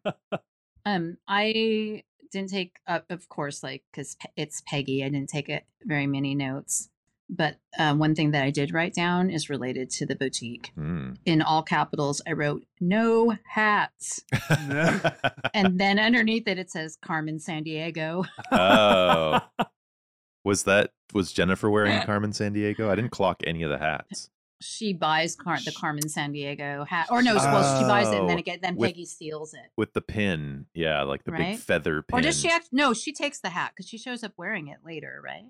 S2: Um, I didn't take, uh, of course, like because it's Peggy. I didn't take it very many notes, but um, one thing that I did write down is related to the boutique.
S3: Mm.
S2: In all capitals, I wrote "no hats," and then underneath it, it says Carmen San Diego.
S3: oh, was that was Jennifer wearing Carmen San Diego? I didn't clock any of the hats.
S2: she buys Car- the Carmen San Diego hat, or no, well, she buys it and then
S3: Oh,
S2: it get, then
S3: with-
S2: Peggy steals it.
S3: with the pin. Yeah, like the big
S2: Right?
S3: feather pin.
S2: Or does she act? No, she takes the hat because she shows up wearing it later, right?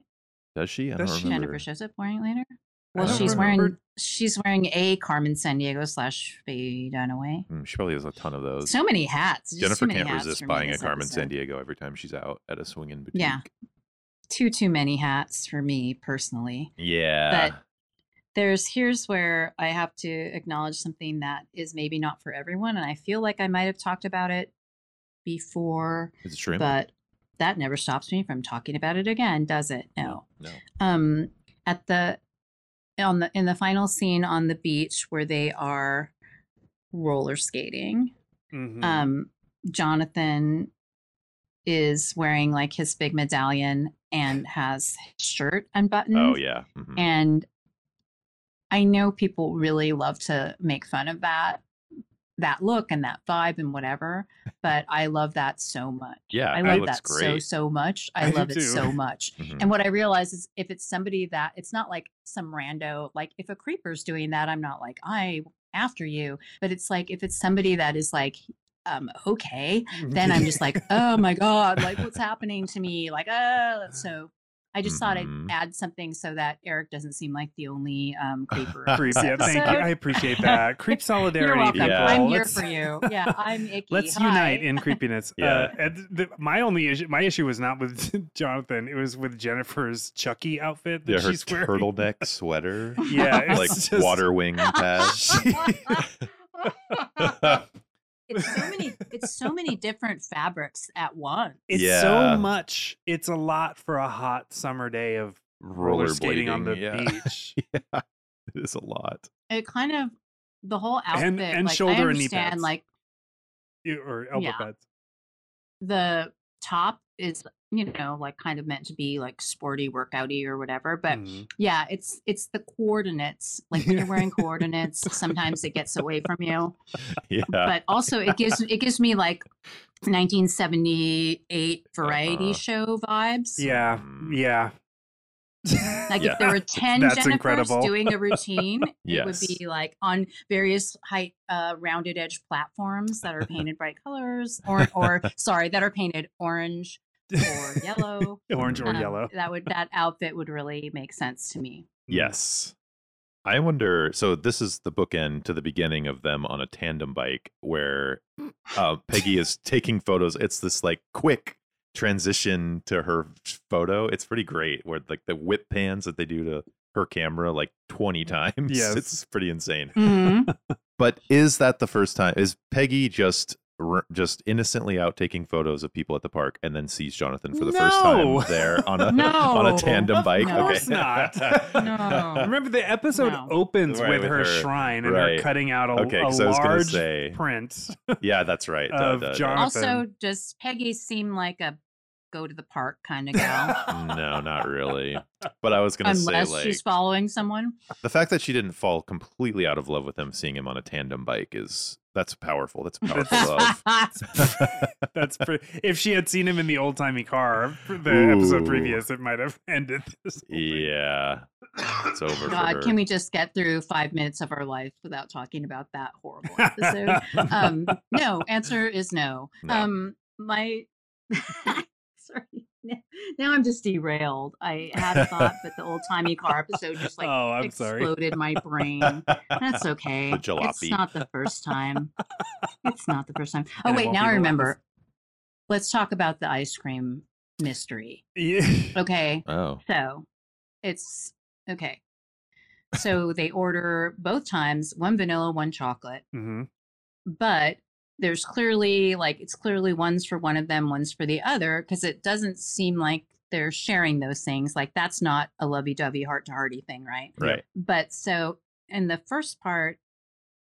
S3: Does she? I
S1: Does
S3: don't
S1: she?
S3: remember.
S2: Jennifer shows up wearing it later.
S3: I
S2: Well,
S3: don't
S2: she's wearing
S1: remember.
S2: she's wearing a Carmen San Diego slash Faye Dunaway.
S3: Mm, she probably has a ton of those.
S2: So many hats. just
S3: Jennifer
S2: too many
S3: can't
S2: hats
S3: resist
S2: for me
S3: buying a
S2: this
S3: Carmen San
S2: episode.
S3: Diego every time she's out at a swinging boutique.
S2: Yeah. Too too many hats for me personally.
S3: Yeah.
S2: But- There's here's where I have to acknowledge something that is maybe not for everyone, and I feel like I might have talked about it before,
S3: Is it shrimp?
S2: but that never stops me from talking about it again, does it?
S3: Mm.
S2: No.
S3: No.
S2: um at the on the in the final scene on the beach where they are roller skating
S1: Mhm.
S2: um jonathan is wearing like his big medallion and has his shirt unbuttoned
S3: Oh yeah. Mhm.
S2: Mm. and i know people really love to make fun of that that look and that vibe and whatever but i love that so much
S3: yeah.
S2: i
S3: that
S2: love
S3: looks
S2: that so
S3: great.
S2: so much i,
S1: I do
S2: love it
S1: too.
S2: so much
S3: Mhm.
S2: and what I realize is if it's somebody that it's not like some rando, like if a creeper's doing that, I'm not like, I after you. But it's like if it's somebody that is like, um, okay, then I'm just like, oh my God, like what's happening to me? Like, oh so I just thought
S1: Mm-hmm.
S3: Mhm.
S2: I'd add something so that Eric doesn't seem like the only um creeper.
S1: creep. Yeah, thank you.
S2: episode.
S1: I appreciate that. Creep solidarity.
S2: You're welcome.
S3: Yeah.
S2: I'm
S1: people.
S2: here
S1: Let's-
S2: for you. Yeah, I'm icky.
S1: Let's
S2: Hi.
S1: unite in creepiness.
S3: Yeah.
S1: Uh, and the, my only issue, my issue was not with Jonathan. It was with Jennifer's Chucky outfit that
S3: yeah, her
S1: she's wearing.
S3: turtleneck sweater,
S1: Yeah, it's
S3: like
S1: just-
S3: water wing pads.
S2: it's so many it's so many different fabrics at once.
S1: It's
S3: Yeah.
S1: so much. It's a lot for a hot summer day of roller skating on the
S3: Rollerblading, yeah.
S1: beach.
S3: yeah, it is a lot.
S2: it kind of the whole outfit
S1: And- and
S2: like, I
S1: shoulder and knee
S2: understand,
S1: pads.
S2: like
S1: Yeah, or elbow
S2: Yeah.
S1: pads.
S2: the top is you know like kind of meant to be like sporty workouty or whatever but
S1: Mhm.
S2: yeah it's it's the coordinates like when you're wearing
S1: Yeah.
S2: coordinates sometimes it gets away from you
S3: Yeah.
S2: but also it gives it gives me like 1978 variety
S3: Uh-huh.
S2: show vibes
S1: Yeah,
S3: Mm.
S1: yeah.
S2: Like
S3: Yeah.
S2: if there were ten
S1: That's
S2: Jennifers
S1: incredible.
S2: doing a routine, it would
S3: Yes.
S2: be like on various height, uh, rounded edge platforms that are painted bright colors, or or sorry, that are painted orange or yellow.
S1: orange or
S2: Um,
S1: yellow.
S2: That would that outfit would really make sense to me.
S3: Yes. I wonder. So this is the bookend to the beginning of them on a tandem bike, where uh, Peggy is taking photos. It's this like quick transition to her photo. It's pretty great. Where like the whip pans that they do to her camera like twenty times.
S1: Yes.
S3: it's pretty insane. But is that the first time? Is Peggy just r- just innocently out taking photos of people at the park and then sees Jonathan for the first
S1: No.
S3: time there on a on
S2: No.
S3: a tandem
S1: Of
S3: bike?
S2: course
S3: okay.
S1: not.
S2: No.
S1: Remember the episode
S2: No.
S1: opens
S3: Right,
S1: with,
S3: with
S1: her,
S3: her.
S1: shrine and
S3: Right.
S1: her cutting out a,
S3: Okay,
S1: a
S3: because I was gonna
S1: large
S3: say,
S1: print.
S3: yeah, that's right. Duh,
S1: of
S3: duh, duh.
S1: Jonathan.
S2: Also, does Peggy seem like a go to the park kind of gal?
S3: No, not really. But I was gonna
S2: Unless
S3: say, like,
S2: she's following someone.
S3: the fact that she didn't fall completely out of love with him, seeing him on a tandem bike, is that's powerful. That's powerful love.
S1: That's pretty, if she had seen him in the old timey car, the
S3: Ooh.
S1: episode previous, it might have ended this. whole thing.
S3: yeah, it's over. for her.
S2: God, can we just get through five minutes of our life without talking about that horrible episode? um, no, answer is no.
S3: No.
S2: Um, my sorry, n- now I'm just derailed. I had a thought, but the old timey car episode just like
S1: oh, I'm sorry.
S2: exploded my brain. That's okay. It's
S3: jalopy.
S2: not the first time. It's not the first time. Oh
S1: And it
S2: wait,
S1: won't
S2: now
S1: be
S2: I
S1: the
S2: remember. Let's talk about the ice cream mystery.
S1: Yeah.
S2: Okay.
S3: Oh,
S2: So it's okay. So they order both times one vanilla, one chocolate,
S1: Mhm.
S2: but there's clearly like it's clearly one's for one of them, one's for the other, because it doesn't seem like they're sharing those things. Like that's not a lovey dovey, heart to hearty thing, right?
S3: right.
S2: But so in the first part,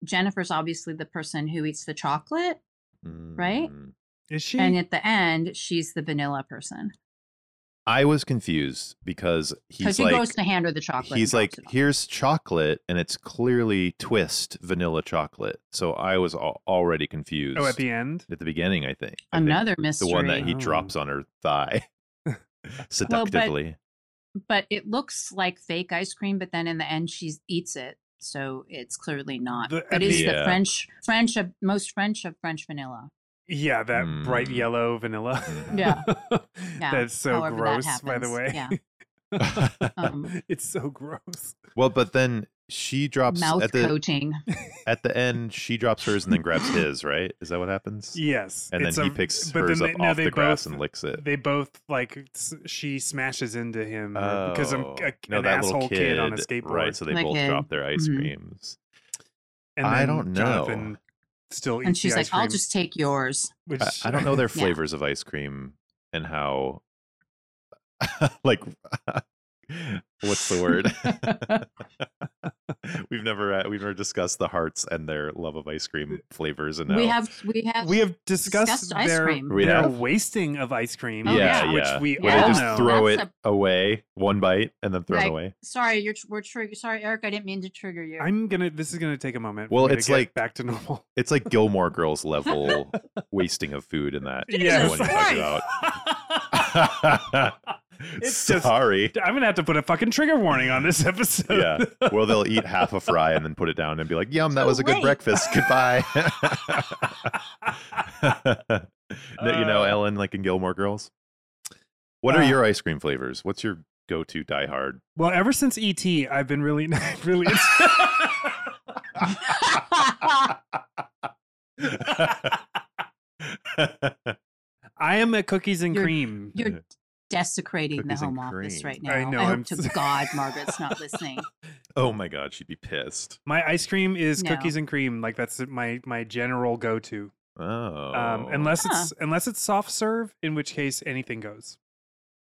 S2: Jennifer's obviously the person who eats the chocolate. Right?
S3: Mm.
S1: Is she?
S2: And at the end, she's the vanilla person.
S3: I was confused because he's
S2: Because he
S3: like,
S2: goes to hand her the chocolate. and
S3: he's like,
S2: drops it off.
S3: here's chocolate, and it's clearly twist vanilla chocolate. So I was al- already confused.
S1: oh, at the end.
S3: at the beginning, I think. I think
S2: another
S3: the
S2: mystery.
S3: one that he
S1: Oh.
S3: drops on her thigh seductively.
S2: but it looks like fake ice cream, but then in the end, she eats it so it's clearly not.
S1: The- uh
S2: but is
S3: Yeah.
S2: the French French of most French of French vanilla?
S1: Yeah, that bright
S3: Mm. Mm-hmm.
S1: yellow vanilla.
S2: Yeah. Yeah,
S1: That's so
S2: however that
S1: gross, by the
S2: happens.
S1: way.
S2: Yeah. Um,
S1: it's so gross.
S3: well, but then she drops
S2: Mouth
S3: at the
S2: coating.
S3: at the end. She drops hers and then grabs his. Right? Is that what happens?
S1: Yes.
S3: And
S1: it's
S3: then he
S1: a-
S3: picks
S1: but
S3: hers
S1: then they-
S3: up
S1: no,
S3: off
S1: they
S3: the grass
S1: both-
S3: and licks it.
S1: They both like s- she smashes into him uh, because I'm
S3: Oh,
S1: a, an asshole kid, on a skateboard.
S3: Right, so they
S2: That
S3: both
S2: kid.
S3: drop their ice
S2: Mhm.
S3: creams.
S1: and
S3: I
S1: then
S3: don't know.
S1: Jonathan still eats
S2: And she's
S1: the
S2: like,
S1: ice
S2: I'll
S1: cream,
S2: just take yours.
S1: which
S3: I, I don't know their
S2: Yeah.
S3: flavors of ice cream and how, like, what's the word? we've never uh, we've never discussed the hearts and their love of ice cream flavors and
S2: We
S3: how-
S2: have we have
S1: we have discussed,
S2: discussed ice
S1: their,
S2: cream.
S3: We
S1: their
S3: have.
S1: wasting of ice cream.
S2: Oh,
S3: yeah,
S2: yeah.
S1: which
S3: yeah.
S1: we
S3: Where
S1: all
S3: they just
S1: know.
S3: throw it
S2: That's
S3: away one bite and then throw it
S2: Like,
S3: away.
S2: sorry, you're tr- we're trigger. Sorry, Eric, I didn't mean to trigger you.
S1: I'm gonna. This is gonna take a moment. for
S3: Well,
S1: me to
S3: it's
S1: get
S3: like-
S1: back to normal.
S3: It's like Gilmore Girls level wasting of food in that.
S1: Yes.
S3: one you talked about.
S1: It's just-
S3: Sorry.
S1: I'm gonna have to put a fucking trigger warning on this episode.
S3: yeah. Well, they'll eat half a fry and then put it down and be like,
S1: Oh,
S3: "Yum, that was a good
S2: late."
S3: breakfast. Goodbye." No, you know,
S1: Uh,
S3: Ellen, like in Gilmore Girls. What are
S1: uh,
S3: your ice cream flavors? What's your go-to Die Hard?
S1: Well, ever since ET, I've been really, really. I am at cookies and
S2: You're-
S1: cream.
S2: You're desecrating the
S3: Cookies and
S2: home office
S3: cream.
S2: right now.
S1: I know,
S2: hope
S1: I'm
S2: to
S1: s-
S2: God Margaret's not listening.
S3: oh my God, she'd be pissed.
S1: My ice cream is
S2: No.
S1: cookies and cream. Like that's my my general go to.
S3: Oh,
S1: Um, unless
S2: Huh.
S1: it's unless it's soft serve, in which case anything goes.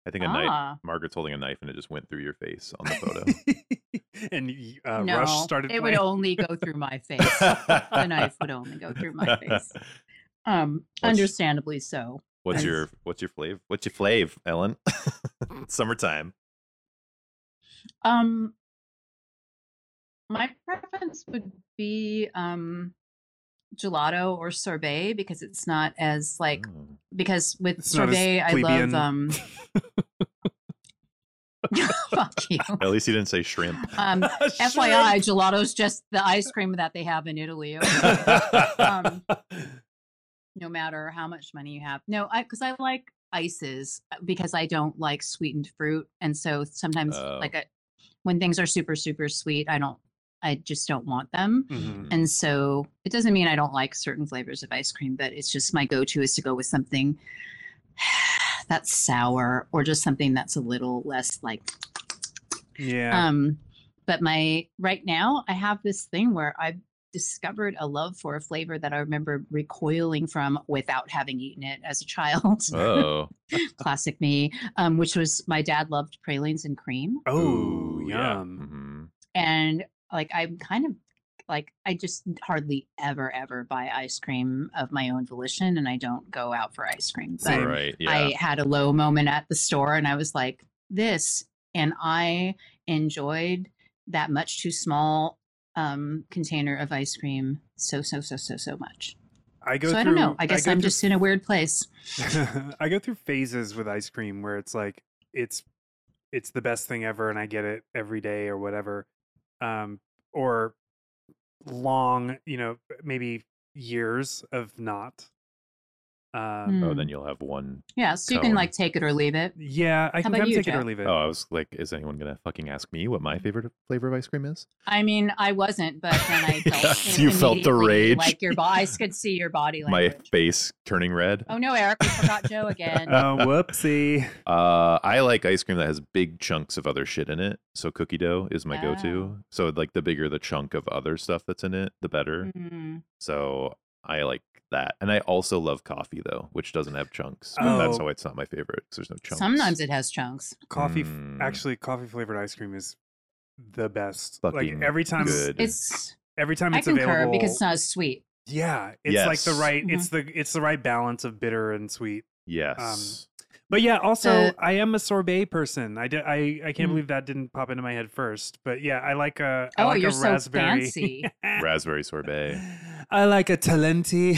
S3: I think a knife.
S2: ah,
S3: Margaret's holding a knife and it just went through your face on the photo.
S1: and y- uh,
S2: no,
S1: Rush started.
S2: it
S1: playing.
S2: would only go through my face. the knife would only go through my face. Um,
S3: What's-
S2: understandably so.
S3: What's
S2: Nice.
S3: your what's your flav? What's your flav, Ellen? Summertime.
S2: Um, my preference would be um, gelato or sorbet because it's not as like
S3: Oh.
S2: because with
S1: Mm. It's not as
S2: sorbet I love
S1: plebeian.
S2: um. fuck you.
S3: At least you didn't say shrimp.
S2: Um, FYI, gelato's just the ice cream that they have in Italy. okay? um, no matter how much money you have. No, I because I like ices uh, because I don't like sweetened fruit, and so sometimes
S3: Oh.
S2: like I, when things are super super sweet, I don't, I just don't want them.
S3: Mm-hmm.
S1: Mhm.
S2: And so it doesn't mean I don't like certain flavors of ice cream, but it's just my go-to is to go with something that's sour or just something that's a little less like
S1: yeah.
S2: um, but my right now, I have this thing where I've discovered a love for a flavor that I remember recoiling from without having eaten it as a child.
S3: Oh.
S2: Classic me, um, which was my dad loved pralines and cream,
S1: oh,
S3: Ooh, yeah.
S1: yum.
S3: Mhm.
S2: and like I'm kind of like I just hardly ever ever buy ice cream of my own volition, and I don't go out for ice cream. But
S1: Same.
S3: Mm-hmm. Right. Yeah.
S2: I had a low moment at the store and I was like, this. And I enjoyed that much too small um, container of ice cream so, so, so, so, so much.
S1: I go.
S2: so
S1: through,
S2: I don't know. I guess
S1: go
S2: I'm
S1: through-
S2: just in a weird place.
S1: I go through phases with ice cream where it's like it's it's the best thing ever and I get it every day or whatever. Um or long, you know, maybe years of not. Um
S3: oh,
S2: Hmm.
S3: then you'll have one.
S2: Yeah. So you can
S3: Colin.
S2: like take it or leave it.
S1: yeah, I can
S2: about
S1: kind of
S2: you,
S1: take it
S2: Joe?
S1: or leave it.
S3: Oh, I was like, is anyone gonna fucking ask me what my favorite flavor of ice cream is?
S2: I mean, I wasn't, but then I felt
S3: Yes,
S2: im-
S3: you felt the
S2: immediately,
S3: rage.
S2: Like your bo- I could see your body
S3: My
S2: language.
S3: face turning red.
S2: oh no, Eric, we forgot Joe again.
S1: Oh, whoopsie.
S3: Uh, I like ice cream that has big chunks of other shit in it. So cookie dough is my go-to. So like the bigger the chunk of other stuff that's in it, the better.
S2: Mm.
S3: So I like that, and I also love coffee though, which doesn't have chunks. But That's
S1: Oh.
S3: why it's not my favorite because there's no chunks.
S2: Sometimes it has chunks.
S1: Coffee f-
S3: Mm.
S1: actually coffee flavored ice cream is the best.
S3: Fucking
S1: like every time
S3: good.
S2: It's
S1: every time
S2: I
S1: it's
S2: concur
S1: available.
S2: because Mm-hmm. it's not as sweet.
S1: yeah, it's like the
S3: Yes.
S1: right it's the it's the right balance of bitter and sweet.
S3: Yes.
S1: But yeah, also
S2: The-
S1: I am a sorbet person. I did, I, I can't
S2: Uh, Mm.
S1: believe that didn't pop into my head first. But yeah, I like a I
S2: Oh,
S1: like
S2: you're
S1: a
S2: so
S1: raspberry.
S2: fancy.
S1: eh.
S3: raspberry sorbet.
S1: I like a talenti.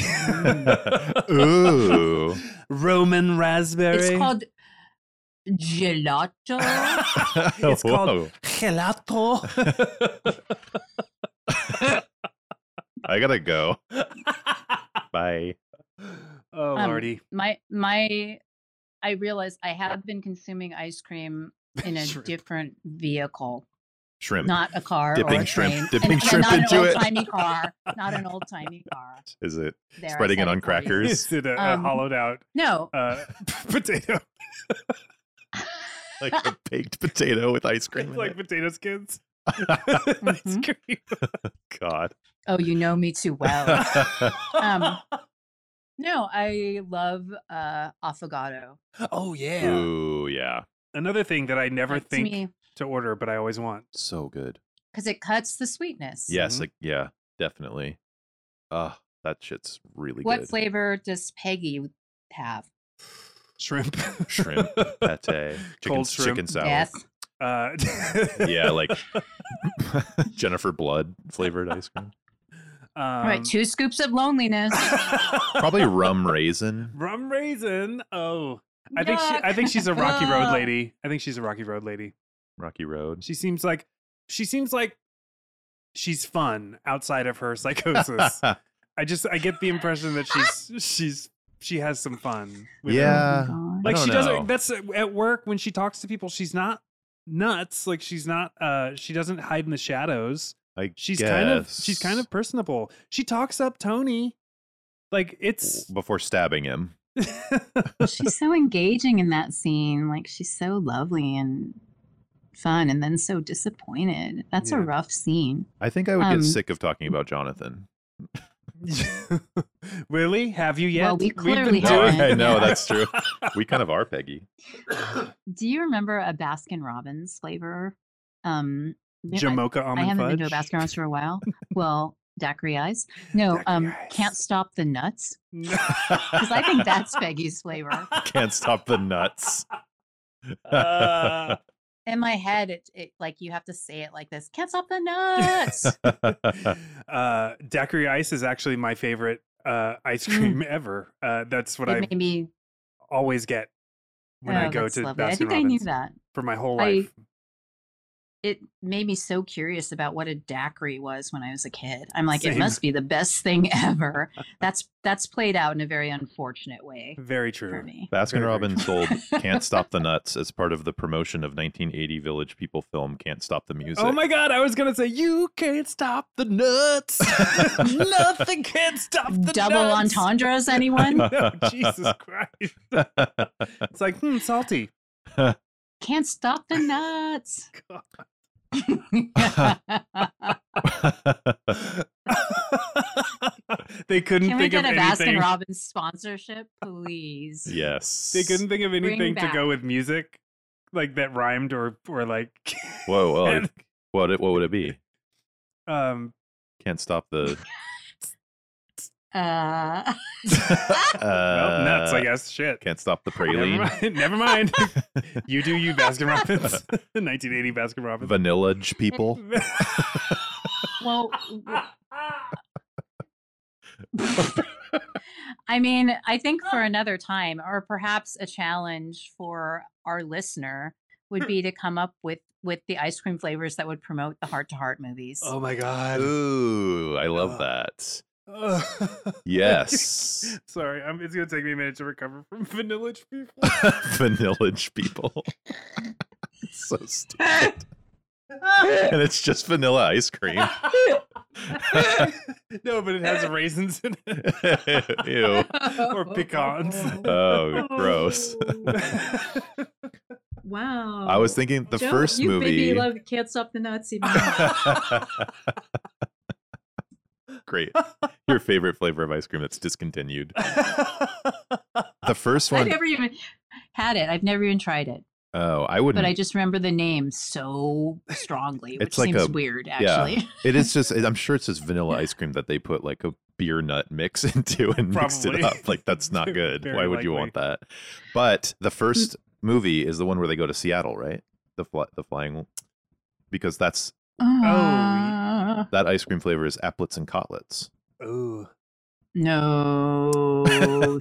S3: Ooh.
S1: Roman raspberry.
S2: It's called gelato.
S1: It's called-
S3: Whoa.
S1: gelato.
S3: I gotta go. Bye.
S1: Oh,
S2: Um,
S1: Lordy.
S2: my my I realized I have been consuming ice cream in a
S1: Shrimp.
S2: different vehicle,
S3: Shrimp.
S2: not a car or
S3: Dipping
S2: a
S3: shrimp-
S2: train.
S3: dipping
S2: and,
S3: shrimp
S2: not
S3: into
S2: an
S3: it.
S2: old timey car, not an old timey car.
S3: Is it
S2: There, I
S3: spreading it
S2: said
S3: on
S2: for you.
S3: crackers?
S1: Is it a,
S2: Um,
S1: a hollowed out
S2: No,
S1: uh, potato,
S3: like a baked potato with ice cream? in
S1: like
S3: it?
S1: potato skins?
S2: Mm-hmm.
S1: Ice cream.
S3: God.
S2: oh, you know me too well. Um, no, I love uh, affogato.
S1: oh yeah.
S3: Ooh, yeah.
S1: Another thing that I never
S2: Like,
S1: think
S2: to me
S1: to order, but I always want.
S3: So good.
S2: because it cuts the sweetness.
S3: Yes,
S1: Mhm.
S3: like yeah, definitely. Uh, that shit's really
S2: What
S3: good.
S2: flavor does Peggy have?
S1: Shrimp.
S3: Shrimp, pate, chicken,
S1: Cold shrimp.
S3: chicken salad.
S2: Death.
S1: Uh,
S3: Yeah, like Jennifer Blood flavored ice cream.
S2: All right,
S1: um,
S2: two scoops of loneliness.
S3: Probably rum raisin.
S1: Rum raisin. Oh, I think she.
S2: Yuck.
S1: I think she's a Rocky Road
S2: Ugh.
S1: lady. I think she's a Rocky Road lady.
S3: Rocky Road.
S1: She seems like. She seems like. She's fun outside of her psychosis. I just. I get the impression that she's. She's. She has some fun. with it.
S3: yeah.
S2: Oh my
S1: Like
S3: don't
S1: she
S3: know.
S1: doesn't. That's at work when she talks to people. She's not nuts. Like she's not. Uh, she doesn't hide in the shadows.
S3: I
S1: She's kind of.
S3: guess.
S1: She's kind of personable. She talks up Tony. Like it's.
S3: before stabbing him.
S2: God. she's so engaging in that scene. Like she's so lovely and fun, and then so disappointed. That's a
S1: Yeah.
S2: rough scene.
S3: I think I would get
S2: Um,
S3: sick of talking about Jonathan.
S1: really? Have you yet?
S2: Well, we
S1: We've been
S2: clearly
S1: doing-
S3: No,
S2: haven't.
S3: I know that's true. We kind of are Peggy.
S2: Do you remember a Baskin Robbins flavor? Um, I-
S1: Jamocha
S2: I,
S1: almond
S2: haven't
S1: fudge.
S2: been to a Baskin Robbins for a while. well, daiquiri eyes. No, um, can't stop the nuts because I think that's Peggy's flavor.
S3: Can't stop the nuts.
S1: Uh,
S2: in my head, it, it like you have to say it like this. Can't stop the nuts.
S1: uh, daiquiri ice is actually my favorite uh, ice cream ever. Uh, that's what
S2: Mm. it
S1: I
S2: made me.
S1: always get when I
S2: oh,
S1: go
S2: that's
S1: to
S2: lovely.
S1: Baskin
S2: I think I
S1: Robbins
S2: knew that.
S1: for my whole
S2: I-
S1: life.
S2: It made me so curious about what a daiquiri was when I was a kid. I'm like,
S1: Same.
S2: it must be the best thing ever. that's that's played out in a very unfortunate way
S1: Very
S2: for
S1: true.
S2: me.
S1: Very,
S3: Baskin
S1: very
S3: Robbins sold Can't Stop the Nuts as part of the promotion of 1980 Village People film Can't Stop the Music.
S1: Oh my god, I was gonna say you can't stop the nuts. Nothing can stop the
S2: Double
S1: nuts.
S2: entendres, anyone?
S1: no, Jesus Christ. It's like, hmm, salty.
S2: Can't stop the nuts.
S1: God. they couldn't
S2: Can we
S1: think
S2: get
S1: of
S2: a
S1: anything.
S2: Baskin Robbins sponsorship, please?
S3: yes.
S1: They couldn't think of
S2: Bring
S1: anything to
S2: back.
S1: go with music, like that rhymed or or like.
S3: Whoa, whoa.
S1: and,
S3: What, it- what would it be?
S1: um,
S3: Can't Stop the.
S2: Uh,
S1: well, nuts. I
S3: Uh,
S1: guess shit.
S3: Can't Stop the
S1: Never
S3: Praline.
S1: mind. Never mind. you do you, Baskin Robbins. 1980 Baskin Robbins.
S3: Vanilla j- People.
S2: well, I mean, I think for another time, or perhaps a challenge for our listener would be to come up with with the ice cream flavors that would promote the heart to heart movies.
S1: oh my god.
S3: Ooh, I love
S1: Ugh.
S3: that.
S1: Ugh.
S3: Yes.
S1: Sorry, i it's gonna take me a minute to recover from vanilla people.
S3: Vanillage people. It's so stupid. and it's just vanilla ice cream.
S1: no, but it has raisins in it.
S3: Ew.
S1: Or pecans.
S3: Oh, gross.
S2: Oh, wow.
S3: I was thinking the first
S2: you
S3: movie.
S2: baby love can't stop the nuts even.
S3: Great. Your favorite flavor of ice cream that's discontinued. The first
S2: I
S3: one
S2: never even had it. I've never even tried it,
S3: oh, I wouldn't.
S2: but I just remember the name so strongly, which
S3: It's like
S2: seems
S3: a-
S2: weird actually.
S3: It is just. I'm sure it's just vanilla ice cream that they put like a beer nut mix into and mixed it
S1: Probably.
S3: up. Like that's not good.
S1: Very
S3: Why would you
S1: likely.
S3: want that? But
S2: Hmm.
S3: the first movie is the one where they go to Seattle, right? The fly, the flying, because that's
S1: y-
S2: Uh,
S3: that ice cream flavor is applets and cotlets,
S1: Ooh.
S2: No,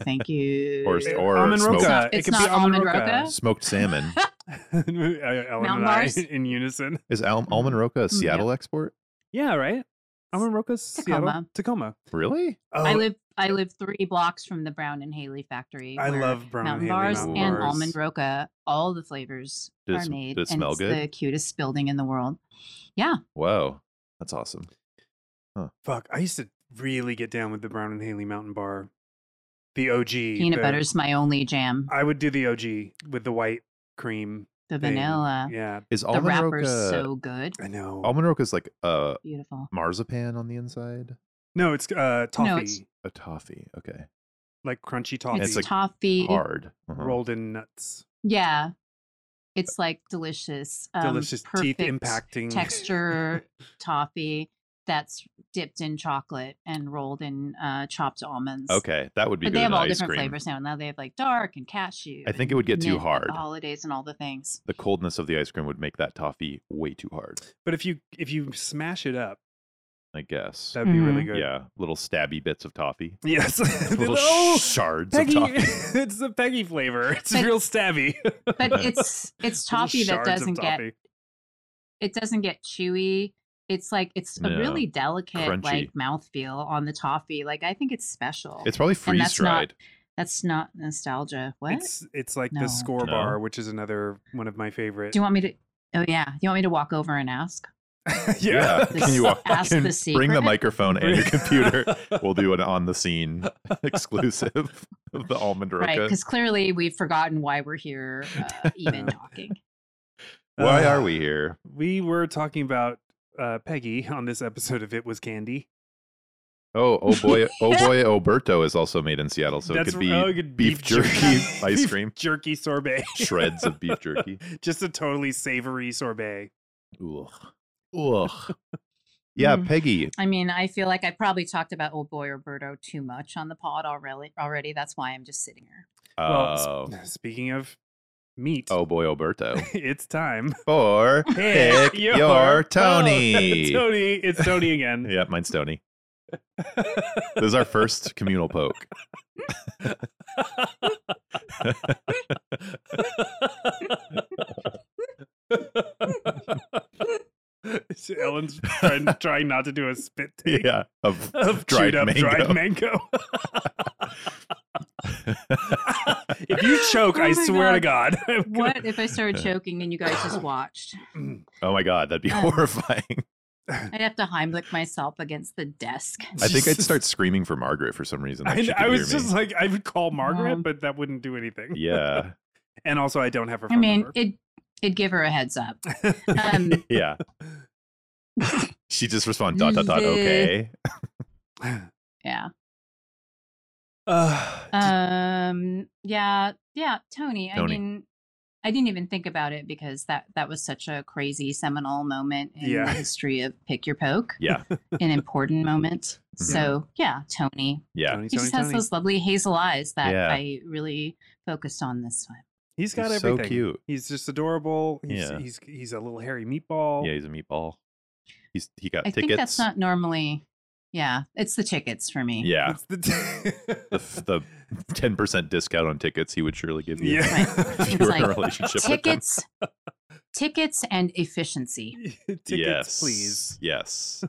S2: thank you.
S3: or
S1: Eh,
S3: or
S1: almond
S3: smoked,
S1: roca.
S2: It's
S1: it could
S2: not
S1: be almond,
S2: almond
S1: roca.
S2: roca?
S3: smoked salmon.
S1: Ellen and I
S2: Mountain bars?
S1: in unison. Hmm.
S3: Is al- almond roca a
S2: Mm, yeah.
S3: Seattle export?
S1: Yeah, right. Amamoroka's Seattle? Tacoma.
S2: Tacoma.
S3: Really?
S1: Oh,
S2: I live I live three blocks from the Brown and Haley factory.
S1: I
S2: where
S1: love brown
S2: Mountain
S1: Haley
S2: Bars
S3: Mountain
S2: and
S3: Bars.
S2: Almond Roca. All the flavors
S3: Did it
S2: are
S3: sm-
S2: made.
S3: did it
S2: and
S3: smell
S2: it's The
S3: good?
S2: cutest building in the world. Yeah,
S3: Wow, that's awesome.
S1: Fuck, I used to really get down with the Brown and Haley Mountain Bar, the OG.
S2: peanut
S1: the-
S2: butter's my only jam.
S1: I would do the OG with the white cream.
S2: The
S1: thing.
S2: vanilla.
S1: Yeah,
S3: Is
S2: The
S3: Almond
S2: wrapper's so good.
S1: I know.
S3: is like a
S2: Beautiful.
S3: marzipan on the inside,
S1: no, it's uh, toffee,
S2: No, it's-
S3: a toffee. Okay,
S1: like crunchy toffee,
S2: It's,
S3: like
S2: toffee.
S3: hard. Uh-huh.
S1: rolled in nuts.
S2: Yeah. It's like delicious. um,
S1: Delicious teeth
S2: perfect
S1: impacting
S2: texture toffee that's dipped in chocolate and rolled in uh, chopped almonds.
S3: Okay, that would be
S2: But
S3: good
S2: they have
S3: in
S2: all
S3: ice
S2: different
S3: cream.
S2: flavors now. Now they have like dark and cashew.
S3: I think
S2: and
S3: it would get too
S2: mint with
S3: hard.
S2: The holidays and all the things.
S3: The coldness of the ice cream would make that toffee way too hard.
S1: But if you if you smash it up,
S3: I guess.
S1: that'd be
S2: Mm-hmm.
S1: really good.
S3: Yeah, little stabby bits of toffee,
S1: Yes.
S3: little
S1: oh,
S3: shards
S1: Peggy.
S3: of toffee.
S1: it's the Peggy flavor. It's
S2: But-
S1: real stabby.
S2: But it's it's
S1: Little
S2: toffee that
S1: shards of
S2: doesn't get
S1: toffee.
S2: it doesn't get chewy. It's like it's a
S3: Yeah.
S2: really delicate
S3: Crunchy.
S2: like mouthfeel on the toffee. Like I think it's special.
S3: It's probably
S2: And
S3: freeze
S2: that's not-
S3: dried.
S2: That's not nostalgia. What?
S1: It's it's like
S2: No.
S1: the score
S3: No.
S1: bar, which is another one of my favorite.
S2: Do you want me to Oh yeah. Do you want me to walk over and ask?
S3: Yeah.
S2: This-
S3: Can you walk?
S2: ask
S3: can
S2: the
S3: bring the
S2: secret?
S3: microphone and your computer. We'll do an on the scene exclusive of the almond
S2: Right,
S3: roca.
S2: because clearly we've forgotten why we're here uh, even talking.
S3: Why are
S1: Uh,
S3: we here?
S1: We were talking about uh, Peggy on this episode of It Was Candy.
S3: Oh, oh boy, oh boy, Oberto is also made in Seattle, so it could be
S1: oh, it could
S3: beef jerky ice
S1: beef
S3: cream.
S1: jerky sorbet,
S3: shreds of beef jerky.
S1: just a totally savory sorbet.
S3: Ugh. Ugh. Yeah,
S1: Hmm.
S2: Mm.
S3: Peggy.
S2: I mean, I feel like I probably talked about old boy Roberto too much on the pod already. Already, that's why I'm just sitting here.
S3: Uh,
S1: well, sp- speaking of meat,
S3: oh boy, Oberto.
S1: it's time.
S3: Or pick your, Tony.
S1: Tony, it's Tony again.
S3: Yeah, mine's Tony. This is our first communal poke.
S1: Ellen's trying, trying not to do a spit take
S3: Yeah, of
S1: of
S3: Dried
S1: chewed up dried mango. if you choke,
S2: Oh
S1: I
S2: my
S1: swear to God. I'm gonna-
S2: What if I started choking and you guys just watched?
S3: oh my god, that'd be
S2: Um,
S3: horrifying.
S2: I'd have to Heimlich myself against the desk.
S3: I think I'd start screaming for Margaret for some reason. Like
S1: I,
S3: she
S1: I
S3: could
S1: was
S3: hear me.
S1: just like, I would call Margaret,
S2: Um,
S1: but that wouldn't do anything.
S3: yeah,
S1: And also, I don't have her.
S2: I
S1: Phone
S2: mean, it it'd give her a heads up. Um,
S3: yeah. She just responded dot dot dot.
S2: Yeah.
S3: Okay.
S1: number.
S2: yeah.
S1: Uh, d-
S2: Um. Yeah. Yeah. Tony. I
S3: Tony.
S2: mean, I didn't even think about it because that that was such a crazy seminal moment in
S1: Yeah.
S2: the history of pick your poke.
S3: Yeah.
S2: An important moment.
S3: Mhm.
S2: So yeah, Tony.
S3: Yeah.
S1: Tony,
S2: He
S1: Tony,
S2: just has
S1: Tony.
S2: those lovely hazel eyes that
S3: Yeah.
S2: I really focused on this time.
S1: he's got
S3: He's so
S1: everything.
S3: cute.
S1: He's just adorable. He's,
S3: Yeah.
S1: he's he's a little hairy meatball.
S3: Yeah, he's a meatball. He's he got
S2: I
S3: tickets.
S2: think that's not normally. Yeah, it's the tickets for me.
S3: yeah.
S1: It's the-
S3: The f- the ten percent discount on tickets he would surely give you.
S1: yeah.
S3: If you were in a
S2: It's like,
S3: relationship
S2: Tickets, tickets, and efficiency.
S1: Tickets,
S3: with them. yes.
S1: please.
S3: Yes.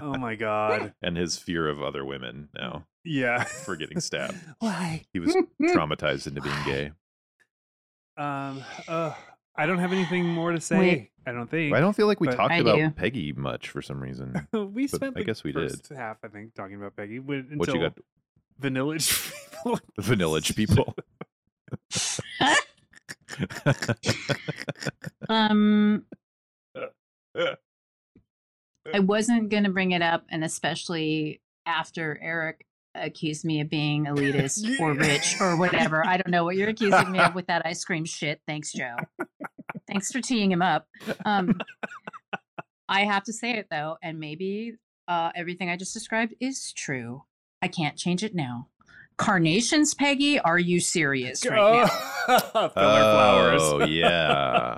S1: Oh my god.
S3: and his fear of other women now
S1: Yeah.
S3: for getting stabbed.
S1: Why?
S3: He was traumatized into being gay.
S1: Um. Uh, I don't have anything more to say.
S2: Wait.
S1: I don't think.
S3: I don't feel like we
S1: But-
S3: talked
S2: I
S3: about
S2: do.
S3: Peggy much for some reason.
S1: we
S3: But
S1: spent.
S3: I
S1: the
S3: guess we did.
S1: first half. I think talking about Peggy. What, until
S3: What you got?
S1: Vanilla people.
S3: The Vanillage people.
S2: Um, I wasn't going to bring it up, and especially after Eric accused me of being elitist or rich or whatever. I don't know what you're accusing me of with that ice cream shit. Thanks, Joe. Thanks for teeing him up. Um, I have to say it though, and maybe uh, everything I just described is true. I can't change it now. Carnations, Peggy, are you serious right now?
S1: Filler
S3: Oh,
S1: flowers.
S3: yeah.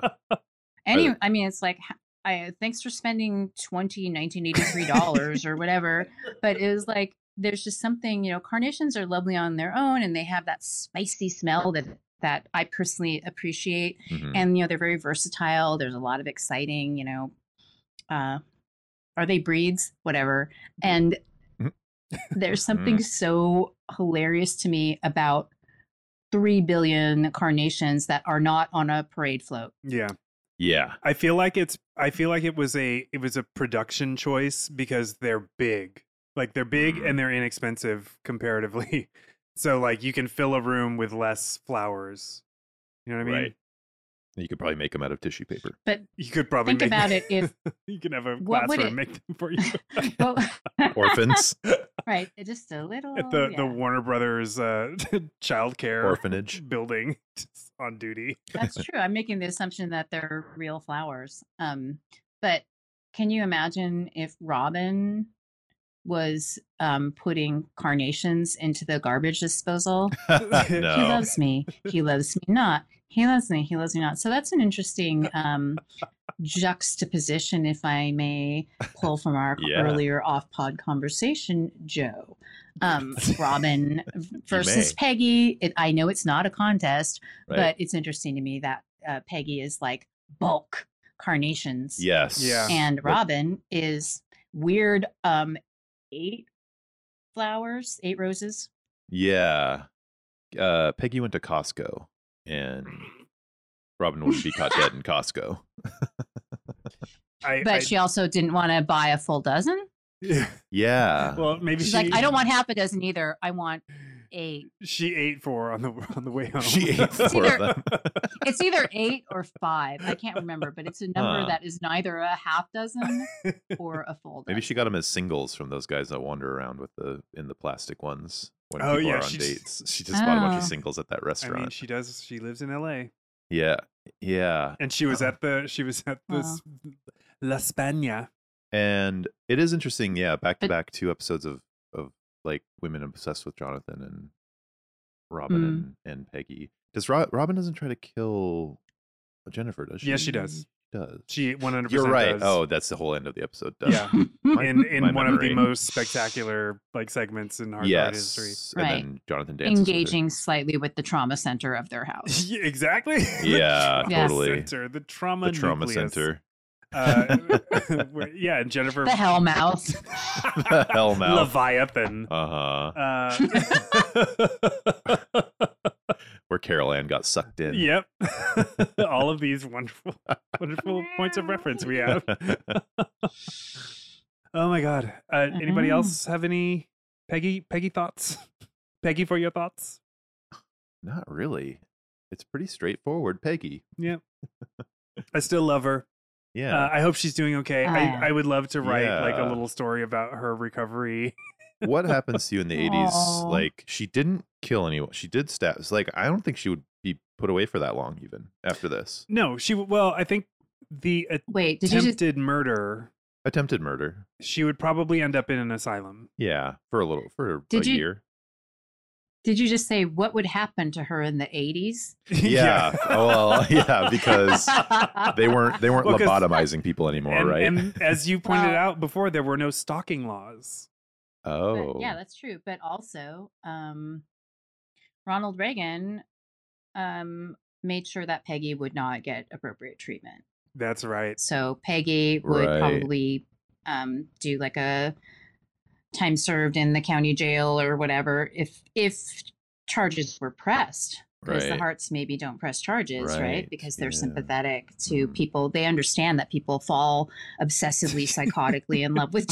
S2: Any,
S3: Right.
S2: I mean, it's like, h- I thanks for spending 20 1983 dollars or whatever, but it was like there's just something you know. Carnations are lovely on their own, and they have that spicy smell that that I personally appreciate.
S3: Mhm.
S2: And you know, they're very versatile. There's a lot of exciting, you know, uh, Are they breeds? Whatever. And
S3: Mhm.
S2: there's something so hilarious to me about three billion carnations that are not on a parade float.
S1: Yeah.
S3: Yeah.
S1: I feel like it's I feel like it was a it was a production choice because they're big. Like they're big
S3: Mm.
S1: and they're inexpensive comparatively. So like you can fill a room with less flowers. You know what I mean?
S3: Right. You could probably make them out of tissue paper.
S1: You could probably
S2: Think
S1: make-
S2: about it if-
S1: you can have a
S2: what would
S1: classroom
S2: it-
S1: make them for you
S2: Well,
S3: Orphans,
S2: right, just a little.
S1: at the
S2: Oh, yeah.
S1: the Warner Brothers uh childcare
S3: orphanage.
S1: building just on duty.
S2: That's true. I'm making the assumption that they're real flowers. Um, but can you imagine if Robin was um, putting carnations into the garbage disposal?
S1: He
S2: He
S3: no.
S2: loves me. He loves me not. He loves me. He loves me not. So that's an interesting um, juxtaposition, if I may pull from our
S3: Yeah.
S2: earlier off pod conversation, Joe. Um, Robin versus
S3: may.
S2: Peggy. It, I know it's not a contest,
S3: Right.
S2: but it's interesting to me that uh, Peggy is like bulk carnations,
S3: yes.
S1: Yeah.
S2: and Robin is weird. Um, eight flowers, eight roses.
S3: Yeah. Uh, Peggy went to Costco and Robin wouldn't be caught dead in Costco.
S1: I,
S2: But she also didn't want to buy a full dozen.
S1: I,
S3: Yeah.
S1: well maybe
S2: She's
S1: she
S2: like, I don't want half a dozen either. I want eight.
S1: she ate four on the on the way home.
S3: she ate
S2: It's
S3: four of
S2: either-
S3: them.
S2: It's either eight or five. I can't remember, but it's a number
S1: Uh.
S3: Huh.
S2: that is neither a half dozen or a full dozen.
S3: Maybe she got them as singles from those guys that wander around with the in the plastic ones when
S1: Oh,
S3: people
S1: yeah,
S3: are on
S1: she
S3: dates.
S1: just-
S3: She just bought a bunch of
S2: Oh.
S3: singles at that
S1: I
S3: restaurant.
S1: mean, she does. She lives in L.A.
S3: yeah. Yeah.
S1: and she was
S3: Oh.
S1: at the she was at the
S2: Wow.
S1: s La Spagna.
S3: And it is interesting, yeah, back to
S2: But-
S3: back two episodes of of like women obsessed with Jonathan and Robin
S2: Mm.
S3: and, and Peggy. Does Ro- Robin doesn't try to kill Jennifer, does she?
S1: Yes, she does.
S3: Does.
S1: She 100.
S3: You're right.
S1: Does.
S3: Oh, that's the whole end of the episode. Does.
S1: yeah.
S3: My-
S1: In in
S3: my
S1: one of
S3: memory.
S1: the most spectacular like segments in hard Rock history.
S3: yes. And
S2: Right.
S3: then Jonathan dances. with her.
S2: engaging slightly with the trauma center of their house.
S1: Yeah, exactly. The
S3: Yeah,
S1: trauma
S3: totally.
S1: Center, the trauma.
S3: The trauma
S1: nucleus.
S3: center.
S1: Uh, where- yeah, and Jennifer.
S2: The hell mouth.
S3: The hell mouth.
S1: Leviathan.
S3: Uh huh.
S1: Uh,
S3: Uh, Where Carol Ann got sucked in.
S1: yep. All of these wonderful, wonderful points of reference we have. Oh my god. Uh, Anybody
S2: Mhm.
S1: else have any Peggy Peggy thoughts? Peggy for your thoughts?
S3: Not really. It's pretty straightforward, Peggy.
S1: I still love her.
S3: Yeah.
S1: Uh, I hope she's doing okay. I,
S2: Ah.
S1: I would love to write like a
S3: Yeah.
S1: little story about her recovery.
S3: what happens to you in the 80s
S2: Aw.
S3: like she didn't kill anyone she did stab it's like i don't think she would be put away for that long even after this
S1: No, she w- well, I think the
S2: Wait, did you just
S1: attempted murder,
S3: attempted murder
S1: she would probably end up in an asylum.
S3: yeah for a little for
S2: Did
S3: a
S2: you-
S3: year
S2: did you just say what would happen to her in the eighties?
S3: yeah, Oh, well yeah because they weren't they weren't
S1: Well, 'cause-
S3: lobotomizing people anymore
S1: and,
S3: right
S1: and as you pointed
S2: Well-
S1: out before, there were no stalking laws.
S3: oh
S2: But yeah, that's true. But also, um, Ronald Reagan um, made sure that Peggy would not get appropriate treatment.
S1: That's right.
S2: So Peggy would
S3: Right.
S2: probably um, do like a time served in the county jail or whatever if if charges were pressed. Because the
S3: Right.
S2: hearts maybe don't press charges, right?
S3: Right,
S2: Because they're
S3: yeah.
S2: sympathetic to
S3: Mm.
S2: people. They understand that people fall obsessively, psychotically in love with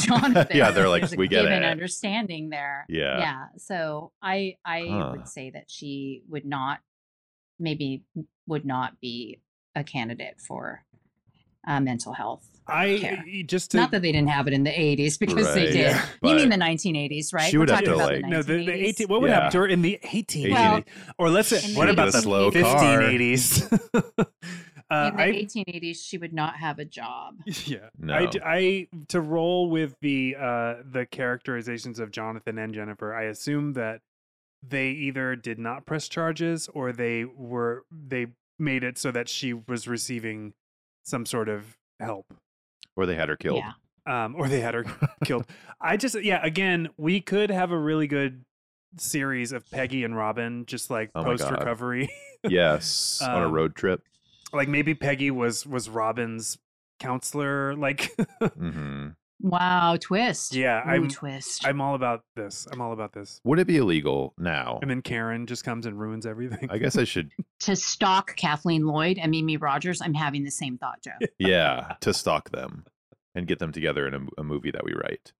S2: Jonathan.
S3: Yeah, they're like,
S2: There's a
S3: "We get
S2: given
S3: it."
S2: understanding there
S3: yeah
S2: yeah so i i
S3: Huh.
S2: would say that she would not maybe would not be a candidate for uh, mental health
S1: I e,
S2: care.
S1: just to
S2: not that they didn't have it in the 80s because they
S3: Right.
S2: did
S1: Yeah.
S2: you mean
S3: But-
S2: the 1980s right
S3: She would have to,
S2: the
S3: like-
S1: no the, the
S2: 1980s.
S1: 18 what would
S3: Yeah.
S1: happen to her in the 1880s
S2: Well,
S1: or let's
S2: in
S1: say
S2: the
S1: what about the
S2: 1880s
S3: slow car
S1: 1580s uh,
S3: uh,
S2: in the
S1: I,
S2: 1880s she would not have a job
S1: yeah
S3: No.
S1: I, d- I- to roll with the uh the characterizations of jonathan and jennifer i assume that they either did not press charges or they were they made it so that she was receiving some sort of help
S3: or they had her killed
S2: yeah
S1: um, or they had her killed. I just, yeah, again, we could have a really good series of Peggy and Robin, just like
S3: Oh my God.
S1: post recovery.
S3: yes on a
S1: Um,
S3: road trip
S1: like maybe Peggy was was Robin's counselor, like
S3: hmm
S2: Wow, twist.
S1: Yeah,
S2: Ooh,
S1: I'm-
S2: twist.
S1: I'm all about this. I'm all about this.
S3: Would it be illegal now?
S1: And then Karen just comes and ruins everything.
S3: I guess I should,
S2: to stalk Kathleen Lloyd and Mimi Rogers, I'm having the same thought, Joe.
S3: yeah, to stalk them and get them together in a, a movie that we write.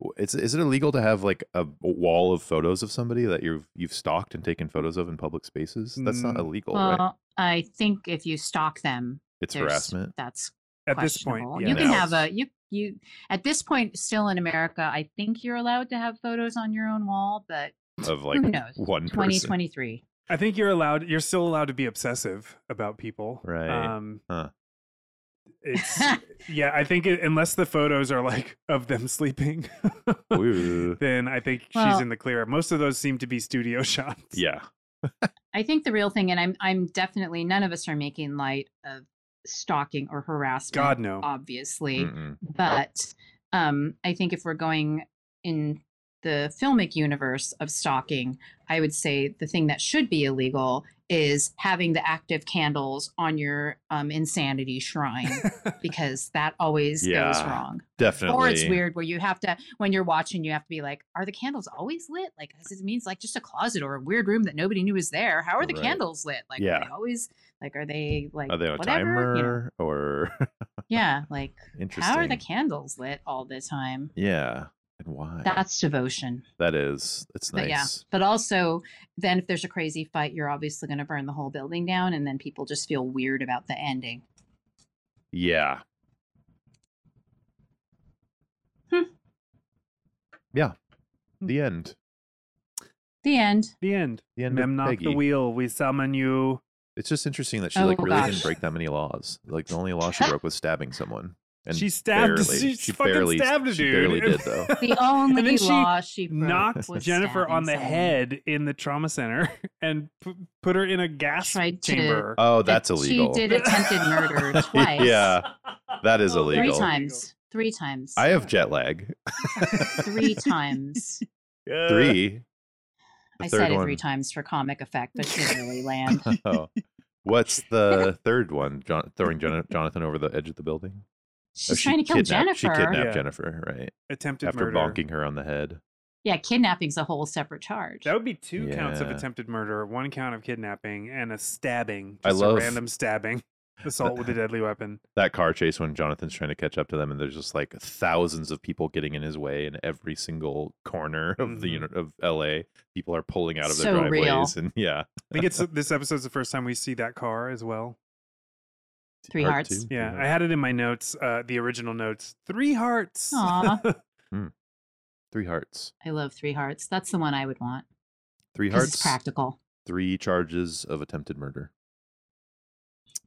S3: W- It's is it illegal to have like a wall of photos of somebody that you've you've stalked and taken photos of in public spaces? That's not
S1: Mm.
S3: illegal,
S2: well,
S3: right?
S2: I think if you stalk them,
S3: It's
S2: there's-
S3: harassment.
S2: That's
S1: At this point,
S2: questionable.
S1: yeah,
S2: you can
S3: No.
S2: have a you you at this point still in America. I think you're allowed to have photos on your own wall, but
S3: of like
S2: knows?
S3: one person.
S2: 2023.
S1: I think you're allowed. You're still allowed to be obsessive about people,
S3: Right.
S1: Um,
S3: Huh.
S1: It's yeah. I think it, unless the photos are like of them sleeping,
S3: Ooh.
S1: then I think she's
S2: Well-
S1: in the clear. Most of those seem to be studio shots.
S3: Yeah.
S2: I think the real thing, and I'm I'm definitely none of us are making light of stalking or harassment.
S1: God no. Mm.
S2: obviously,
S3: Mm-mm.
S2: but um, I think if we're going in the filmic universe of stalking, I would say the thing that should be illegal is having the active candles on your um, insanity shrine because that always goes
S3: Yeah.
S2: wrong.
S3: Definitely.
S2: Or it's weird where you have to, when you're watching, you have to be like, are the candles always lit? Like, 'cause it means like just a closet or a weird room that nobody knew was there. How are the
S3: Right.
S2: candles lit? Like, are
S3: Yeah.
S2: they always, like, are they like,
S3: Are they on a
S2: whatever?
S3: timer
S2: You know,
S3: or
S2: yeah, like,
S3: interesting?
S2: how are the candles lit all the time?
S3: yeah, and why?
S2: That's devotion.
S3: that is. It's
S2: But yeah,
S3: nice.
S2: but also then if there's a crazy fight, you're obviously going to burn the whole building down, and then people just feel weird about the ending.
S3: Yeah.
S2: Hmm.
S3: Yeah.
S1: Hmm.
S3: The end.
S2: The end.
S1: the end.
S3: The end.
S1: Mem
S3: of
S1: knock
S3: Peggy.
S1: the wheel. We summon you.
S3: It's just interesting that she
S2: Oh,
S3: like really
S2: gosh.
S3: didn't break that many laws. Like the only law she broke was stabbing someone. And
S1: she stabbed.
S3: barely-
S1: she,
S3: she
S1: fucking
S3: barely-
S1: stabbed a
S3: she
S1: dude.
S3: barely did, though.
S2: The only
S1: and then she
S2: law she broke
S1: knocked
S2: was
S1: Jennifer
S2: stabbing
S1: on the
S2: someone.
S1: head in the trauma center and p- put her in a gas
S2: Tried to-
S1: chamber.
S3: oh,
S2: That
S3: that's illegal.
S2: She did attempted murder twice.
S3: yeah, that is
S1: Three
S2: Three
S3: illegal.
S2: times. Three times.
S3: I have jet lag.
S2: three times.
S1: Yeah.
S3: Three. The
S2: I
S3: third
S2: said it
S3: one.
S2: three times for comic effect, but it didn't really land.
S3: Oh. What's the third one? Jon throwing Jon- Jonathan over the edge of the building. Oh,
S2: She's trying to kill
S3: kidnapped- She
S2: Jennifer.
S3: kidnapped
S1: Yeah.
S3: Jennifer, right?
S1: attempted
S3: After
S1: murder.
S3: bonking her on the head.
S2: Yeah, kidnapping's a whole separate charge.
S1: That would be two counts of
S3: Yeah.
S1: attempted murder, one count of kidnapping, and a stabbing.
S3: I
S1: Just a
S3: love-
S1: random stabbing. Assault with a deadly weapon.
S3: That car chase when Jonathan's trying to catch up to them, and there's just like thousands of people getting in his way in every single corner of the
S1: Mhm.
S3: uni- of LA. People are pulling out of their
S2: So real.
S3: driveways, and yeah,
S1: I think it's this episode's the first time we see that car as well.
S2: Three
S3: Part
S2: hearts.
S3: two, three
S1: Yeah, I
S3: hearts.
S1: had it in my notes, uh, the original notes. Three hearts.
S2: Aw.
S3: three hearts,
S2: I love Three Hearts. That's the one I would want.
S3: three
S2: 'cause
S3: hearts,
S2: It's practical.
S3: three charges of attempted murder.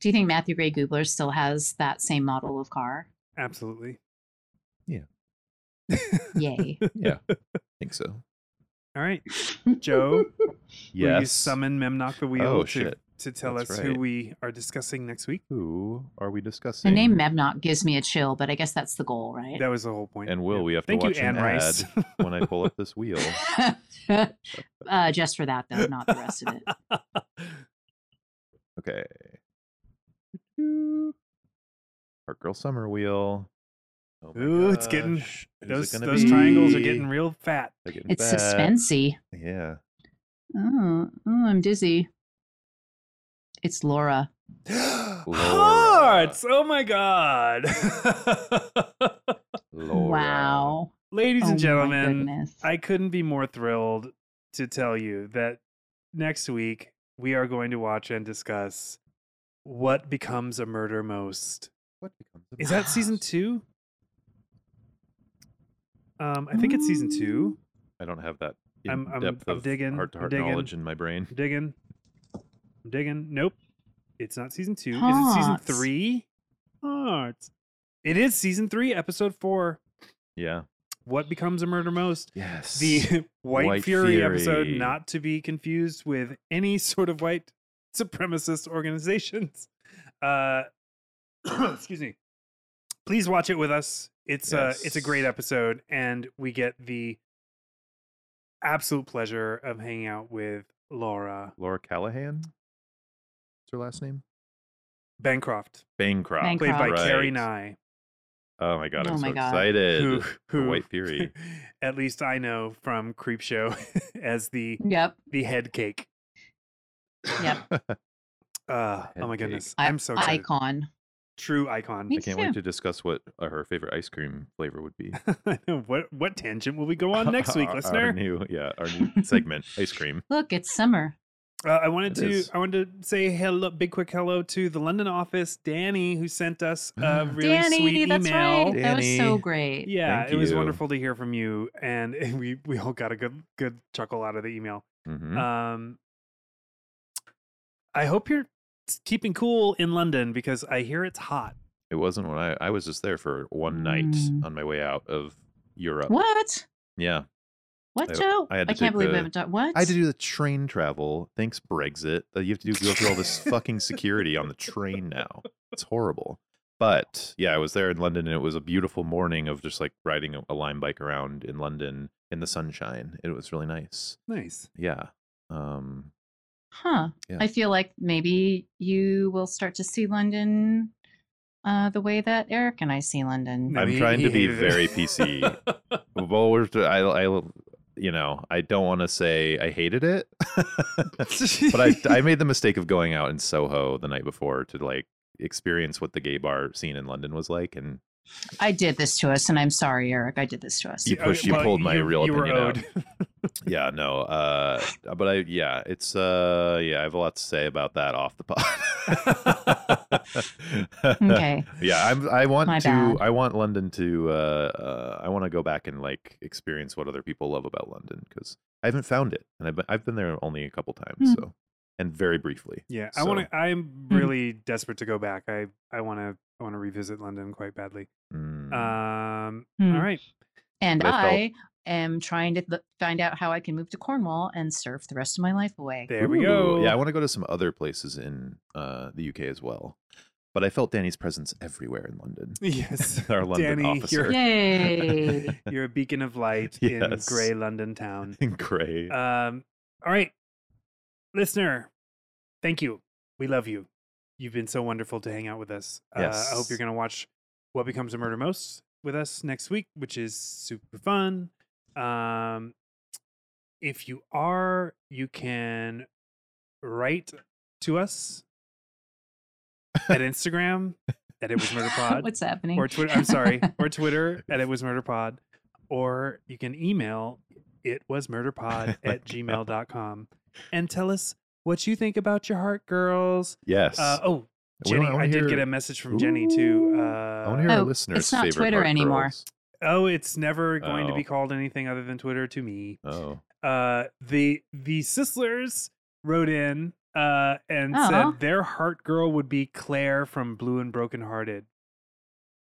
S2: Do you think Matthew Gray Goobler still has that same model of car?
S1: Absolutely.
S2: Yay.
S3: Yeah, I think so.
S1: All right, Joe. Will you
S3: Yes.
S1: summon Memnock the Wheel
S3: Oh,
S1: to,
S3: shit.
S1: to tell
S3: That's
S1: us
S3: right.
S1: who we are discussing next week?
S3: Who are we
S2: the
S3: discussing?
S2: name Mebnock gives me a chill, but I guess that's the goal, right?
S1: That was the whole point.
S3: And will
S1: Yeah.
S3: we have
S1: Thank
S3: to
S1: you,
S3: watch an
S1: Anne Rice.
S3: ad when I pull up this wheel?
S2: uh, just for that, though, not the rest of it.
S3: Oh Okay. Our girl summer wheel. Oh my
S1: Ooh, it's getting-
S3: gosh, who's it
S1: those
S3: gonna
S1: those triangles are
S3: be?
S1: getting real fat.
S3: They're getting
S2: It's
S3: fat.
S2: suspensey.
S3: Yeah.
S2: Oh, oh, I'm dizzy. It's Laura.
S1: Hearts! Oh my god.
S3: Laura.
S2: Wow.
S1: Ladies
S2: oh
S1: and
S2: my
S1: gentlemen,
S2: goodness.
S1: I couldn't be more thrilled to tell you that next week we are going to watch and discuss what becomes a murder most.
S3: What becomes of
S1: Is that season
S3: us?
S1: two? Um, I think it's season
S2: Mm.
S1: two.
S3: I don't have that
S1: I'm-
S3: in
S1: I'm-
S3: depth
S1: I'm
S3: of
S1: digging, I'm
S3: heart to heart
S1: digging.
S3: knowledge in my brain.
S1: I'm digging. I'm digging. Nope. It's not season two. Is it season
S2: Hearts.
S1: three? Hearts. It is season three, episode four.
S3: Yeah.
S1: What becomes a murder most?
S3: Yes.
S1: The White,
S3: White
S1: Fury, episode,
S3: Fury.
S1: not to be confused with any sort of white supremacist organizations. Uh, excuse me. Please watch it with us. It's uh, it's a great
S3: Yes.
S1: episode, and we get the absolute pleasure of hanging out with Laura
S3: Laura Callahan. What's her last name?
S1: Bancroft.
S3: Bancroft.
S2: Bancroft.
S1: played by
S3: Right.
S1: Carrie Nye.
S3: Oh my god, I'm
S2: Oh my
S3: so
S2: God.
S3: excited.
S1: who,
S3: The
S1: who
S3: White Fury.
S1: at least I know from Creep Show as the
S2: Yep.
S1: the head cake.
S2: Yep.
S1: Uh, oh
S3: Head
S1: my
S3: cake.
S1: goodness.
S2: I-
S1: I'm so excited.
S2: Icon.
S1: True icon.
S2: Me
S3: I can't
S2: too.
S3: wait to discuss what uh, her favorite ice cream flavor would be.
S1: what what tangent will we go on next week,
S3: Our-
S1: listener?
S3: Our new, yeah, our new segment, ice cream.
S2: Look, it's summer.
S1: Uh, I wanted
S3: It
S1: to
S3: is.
S1: I wanted to say hello, big quick hello to the London office, Danny, who sent us a really
S2: Danny,
S1: sweet
S2: that's
S1: email.
S2: right. That was so
S3: Danny.
S2: great.
S1: Yeah,
S3: Thank
S1: it was
S3: you.
S1: wonderful to hear from you, and we we all got a good good chuckle out of the email.
S3: Mhm.
S1: Um, I hope you're s- keeping cool in London because I hear it's hot.
S3: it wasn't when I I was just there for one night
S2: Mm.
S3: on my way out of Europe.
S2: What?
S3: Yeah,
S2: What,
S3: I-
S2: Joe?
S3: I had to take
S2: can't believe
S3: the-
S2: we haven't done what?
S3: I had to do the train travel. Thanks Brexit. Uh, you have to do, go through all this fucking security on the train now. It's horrible. But yeah, I was there in London, and it was a beautiful morning of just like riding a, a lime bike around in London in the sunshine. It was really nice.
S1: Nice.
S3: Yeah. Um,
S2: Huh.
S3: Yeah.
S2: I feel like maybe you will start to see London uh, the way that Eric and I see London.
S1: No,
S3: I'm
S1: he-
S3: trying
S1: he
S3: to be
S1: hated it.
S3: very PC. well, we're, I, I, you know, I don't want to say I hated it, but I, I made the mistake of going out in Soho the night before to like experience what the gay bar scene in London was like, and
S2: I did this to us, and I'm sorry, Eric. I did this to us.
S3: You pushed- you pulled my real
S1: you were
S3: opinion out.
S1: owed.
S3: yeah, no, uh, but I, yeah, it's, uh, yeah, I have a lot to say about that off the pod.
S2: Okay.
S3: Yeah, I'm, I want
S2: My
S3: to.
S2: bad.
S3: I want London to. Uh, uh, I want to go back and like experience what other people love about London because I haven't found it, and I've been, I've been there only a couple times,
S2: Hmm.
S3: so and very briefly.
S1: Yeah, I want
S3: So-
S1: to. I'm really desperate to go back. I I want to. I want to revisit London quite badly.
S3: Mm.
S1: Um.
S2: Hmm.
S1: All right.
S2: And
S3: But I
S2: I,
S3: felt-
S2: am trying to th- find out how I can move to Cornwall and surf the rest of my life away.
S1: There we
S3: Ooh,
S1: go.
S3: Yeah, I want to go to some other places in uh, the UK as well, but I felt Danny's presence everywhere in London.
S1: Yes.
S3: Our London
S1: Danny,
S3: officer
S2: Yay.
S1: You're a beacon of light in
S3: Yes.
S1: gray London town.
S3: in grey.
S1: Um, all right, listener, thank you. We love you. You've been so wonderful to hang out with us. Uh, I hope you're
S3: Yes.
S1: going to watch What Becomes of Murder Most with us next week, which is super fun. Um, if you are, you can write to us at Instagram at It Was Murder Pod
S2: What's happening?
S1: or Twitter. I'm sorry, or Twitter at it was murder pod, or you can email it was murderpod at gmail.com and tell us what you think about your heart, girls.
S3: yes,
S1: Uh, oh,
S3: We don't-
S1: Jenny,
S3: wanna
S1: I did get
S3: hear-
S1: a message from Jenny too.
S3: Ooh. I want to hear
S1: Uh,
S3: our
S2: Oh,
S3: listeners'
S2: not
S3: favorite
S2: Twitter
S3: art
S2: anymore.
S3: girls.
S1: oh, it's never going to be
S3: Oh.
S1: called anything other than Twitter to me.
S3: Oh,
S1: Uh, the the Sislers wrote in uh, and
S2: Aw.
S1: said their heart girl would be Claire from Blue and Broken Hearted.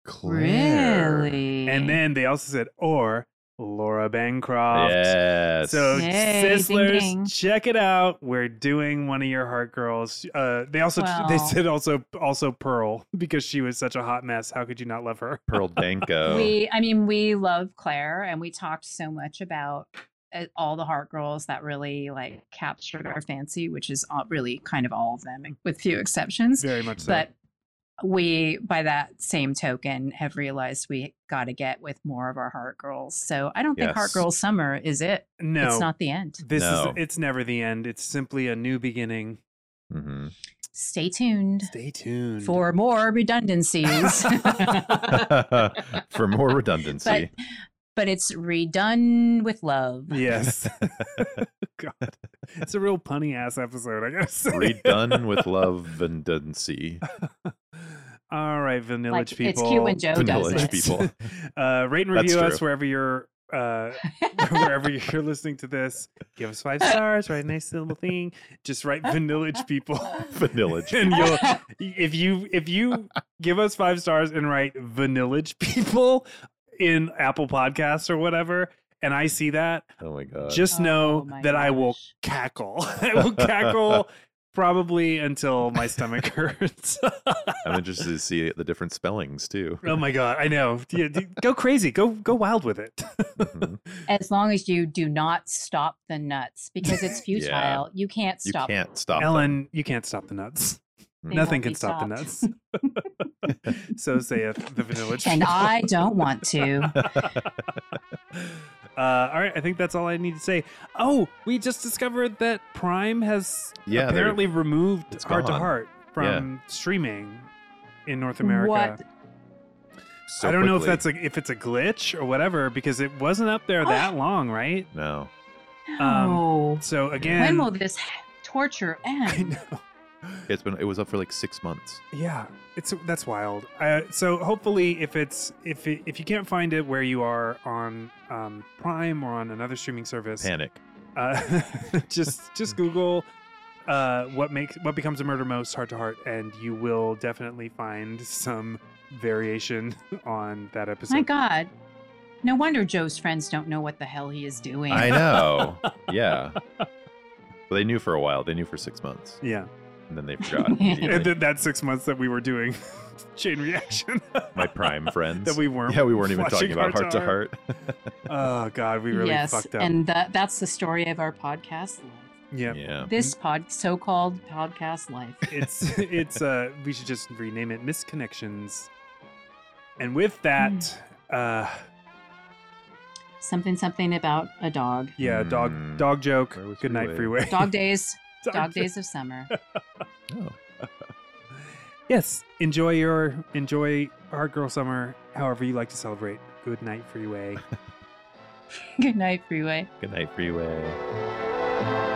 S3: Claire.
S2: really?
S3: Mm.
S1: And then they also said, or Laura Bancroft.
S3: Yes.
S1: So
S2: Yay, ding,
S1: Sizzlers,
S2: ding.
S1: check it out. We're doing one of your heart girls. Uh, they also they
S2: Wow.
S1: said also also Pearl because she was such a hot mess. How could you not love her?
S3: Pearl Danko.
S2: we, I mean, we love Claire, and we talked so much about uh, all the heart girls that really like captured our fancy, which is all, really kind of all of them, with few exceptions.
S1: Very much so.
S2: but we by that same token have realized we got to get with more of our heart girls so i don't think heart
S3: Yes.
S2: girl summer is it
S1: no,
S2: it's not the end
S1: this
S3: No.
S1: is it's never the end. It's simply a new beginning.
S3: Mhm.
S2: stay tuned
S1: Stay tuned
S2: for more redundancies
S3: For more redundancy.
S2: but but it's redone with love
S1: yes. God, it's a real punny ass episode. I gotta say.
S3: Redone with love redundancy.
S1: All right, Vanillage
S2: like,
S1: people.
S2: it's cute when joe does
S3: Vanillage
S2: it
S3: people.
S1: uh, rate and
S3: That's
S1: review us
S3: true.
S1: wherever you're uh, wherever you're listening to this. Give us five stars. Write a nice little thing. Just write Vanillage people.
S3: Vanillage.
S1: and you'll if you if you give us five stars and write Vanillage people in Apple Podcasts or whatever, and I see that,
S3: Oh my god.
S1: just know
S2: Oh my
S1: that I will
S2: gosh.
S1: cackle. I will cackle probably until my stomach hurts.
S3: I'm interested to see the different spellings too.
S1: oh my god, I know. Yeah, d- Go crazy. Go go wild with it.
S3: Mhm.
S2: as long as you do not stop the nuts because it's futile you can't
S3: You
S2: stop
S3: can't stop. them.
S1: Ellen, you can't stop the nuts.
S2: They
S1: Nothing
S2: won't be
S1: can stop the
S2: stopped.
S1: nuts. so saith the vanilla.
S2: And
S1: Chief.
S2: I don't want to.
S1: Uh, all right, I think that's all I need to say. Oh, we just discovered that Prime has
S3: Yeah, they're-
S1: apparently removed
S3: it's
S1: Heart to
S3: gone.
S1: Heart from streaming in North America.
S2: What?
S3: So
S1: I don't know if
S3: quickly.
S1: that's a, if it's a glitch or whatever because it wasn't up there
S2: Oh.
S1: that long, right?
S3: no.
S1: Um,
S2: No.
S1: So again,
S2: when will this torture
S1: I
S2: end?
S1: know.
S3: It's been it was up for like six months.
S1: Yeah, it's that's wild. Uh, so hopefully, if it's if it, if you can't find it where you are on um, Prime or on another streaming service,
S3: Panic.
S1: uh, just just Google uh, what makes what becomes a murder most heart to heart, and you will definitely find some variation on that episode.
S2: My God. No wonder Joe's friends don't know what the hell he is doing.
S3: I know. Yeah. But they knew for a while. They knew for six months,
S1: Yeah,
S3: and then they forgot.
S1: and
S3: immediately.
S1: then that six months that we were doing chain reaction
S3: My prime friends.
S1: that we weren't.
S3: yeah, we weren't even talking
S1: watching
S3: about heart to heart.
S1: Oh God, we really
S2: yes,
S1: fucked up.
S2: and that, that's the story of our podcast life.
S1: yeah.
S3: yeah.
S2: This pod, so-called podcast life.
S1: it's it's uh we should just rename it misconnections and with that
S2: Hmm.
S1: uh
S2: Something, something about a dog.
S1: yeah dog
S3: Hmm.
S1: dog joke
S3: Where was
S1: good night
S3: Freeway?
S1: freeway
S2: Dog days,
S1: Dog
S2: dog
S1: joke.
S2: days of summer.
S3: Oh.
S1: yes enjoy your enjoy hard girl summer however you like to celebrate good night freeway
S2: Good night, freeway.
S3: Good night, freeway.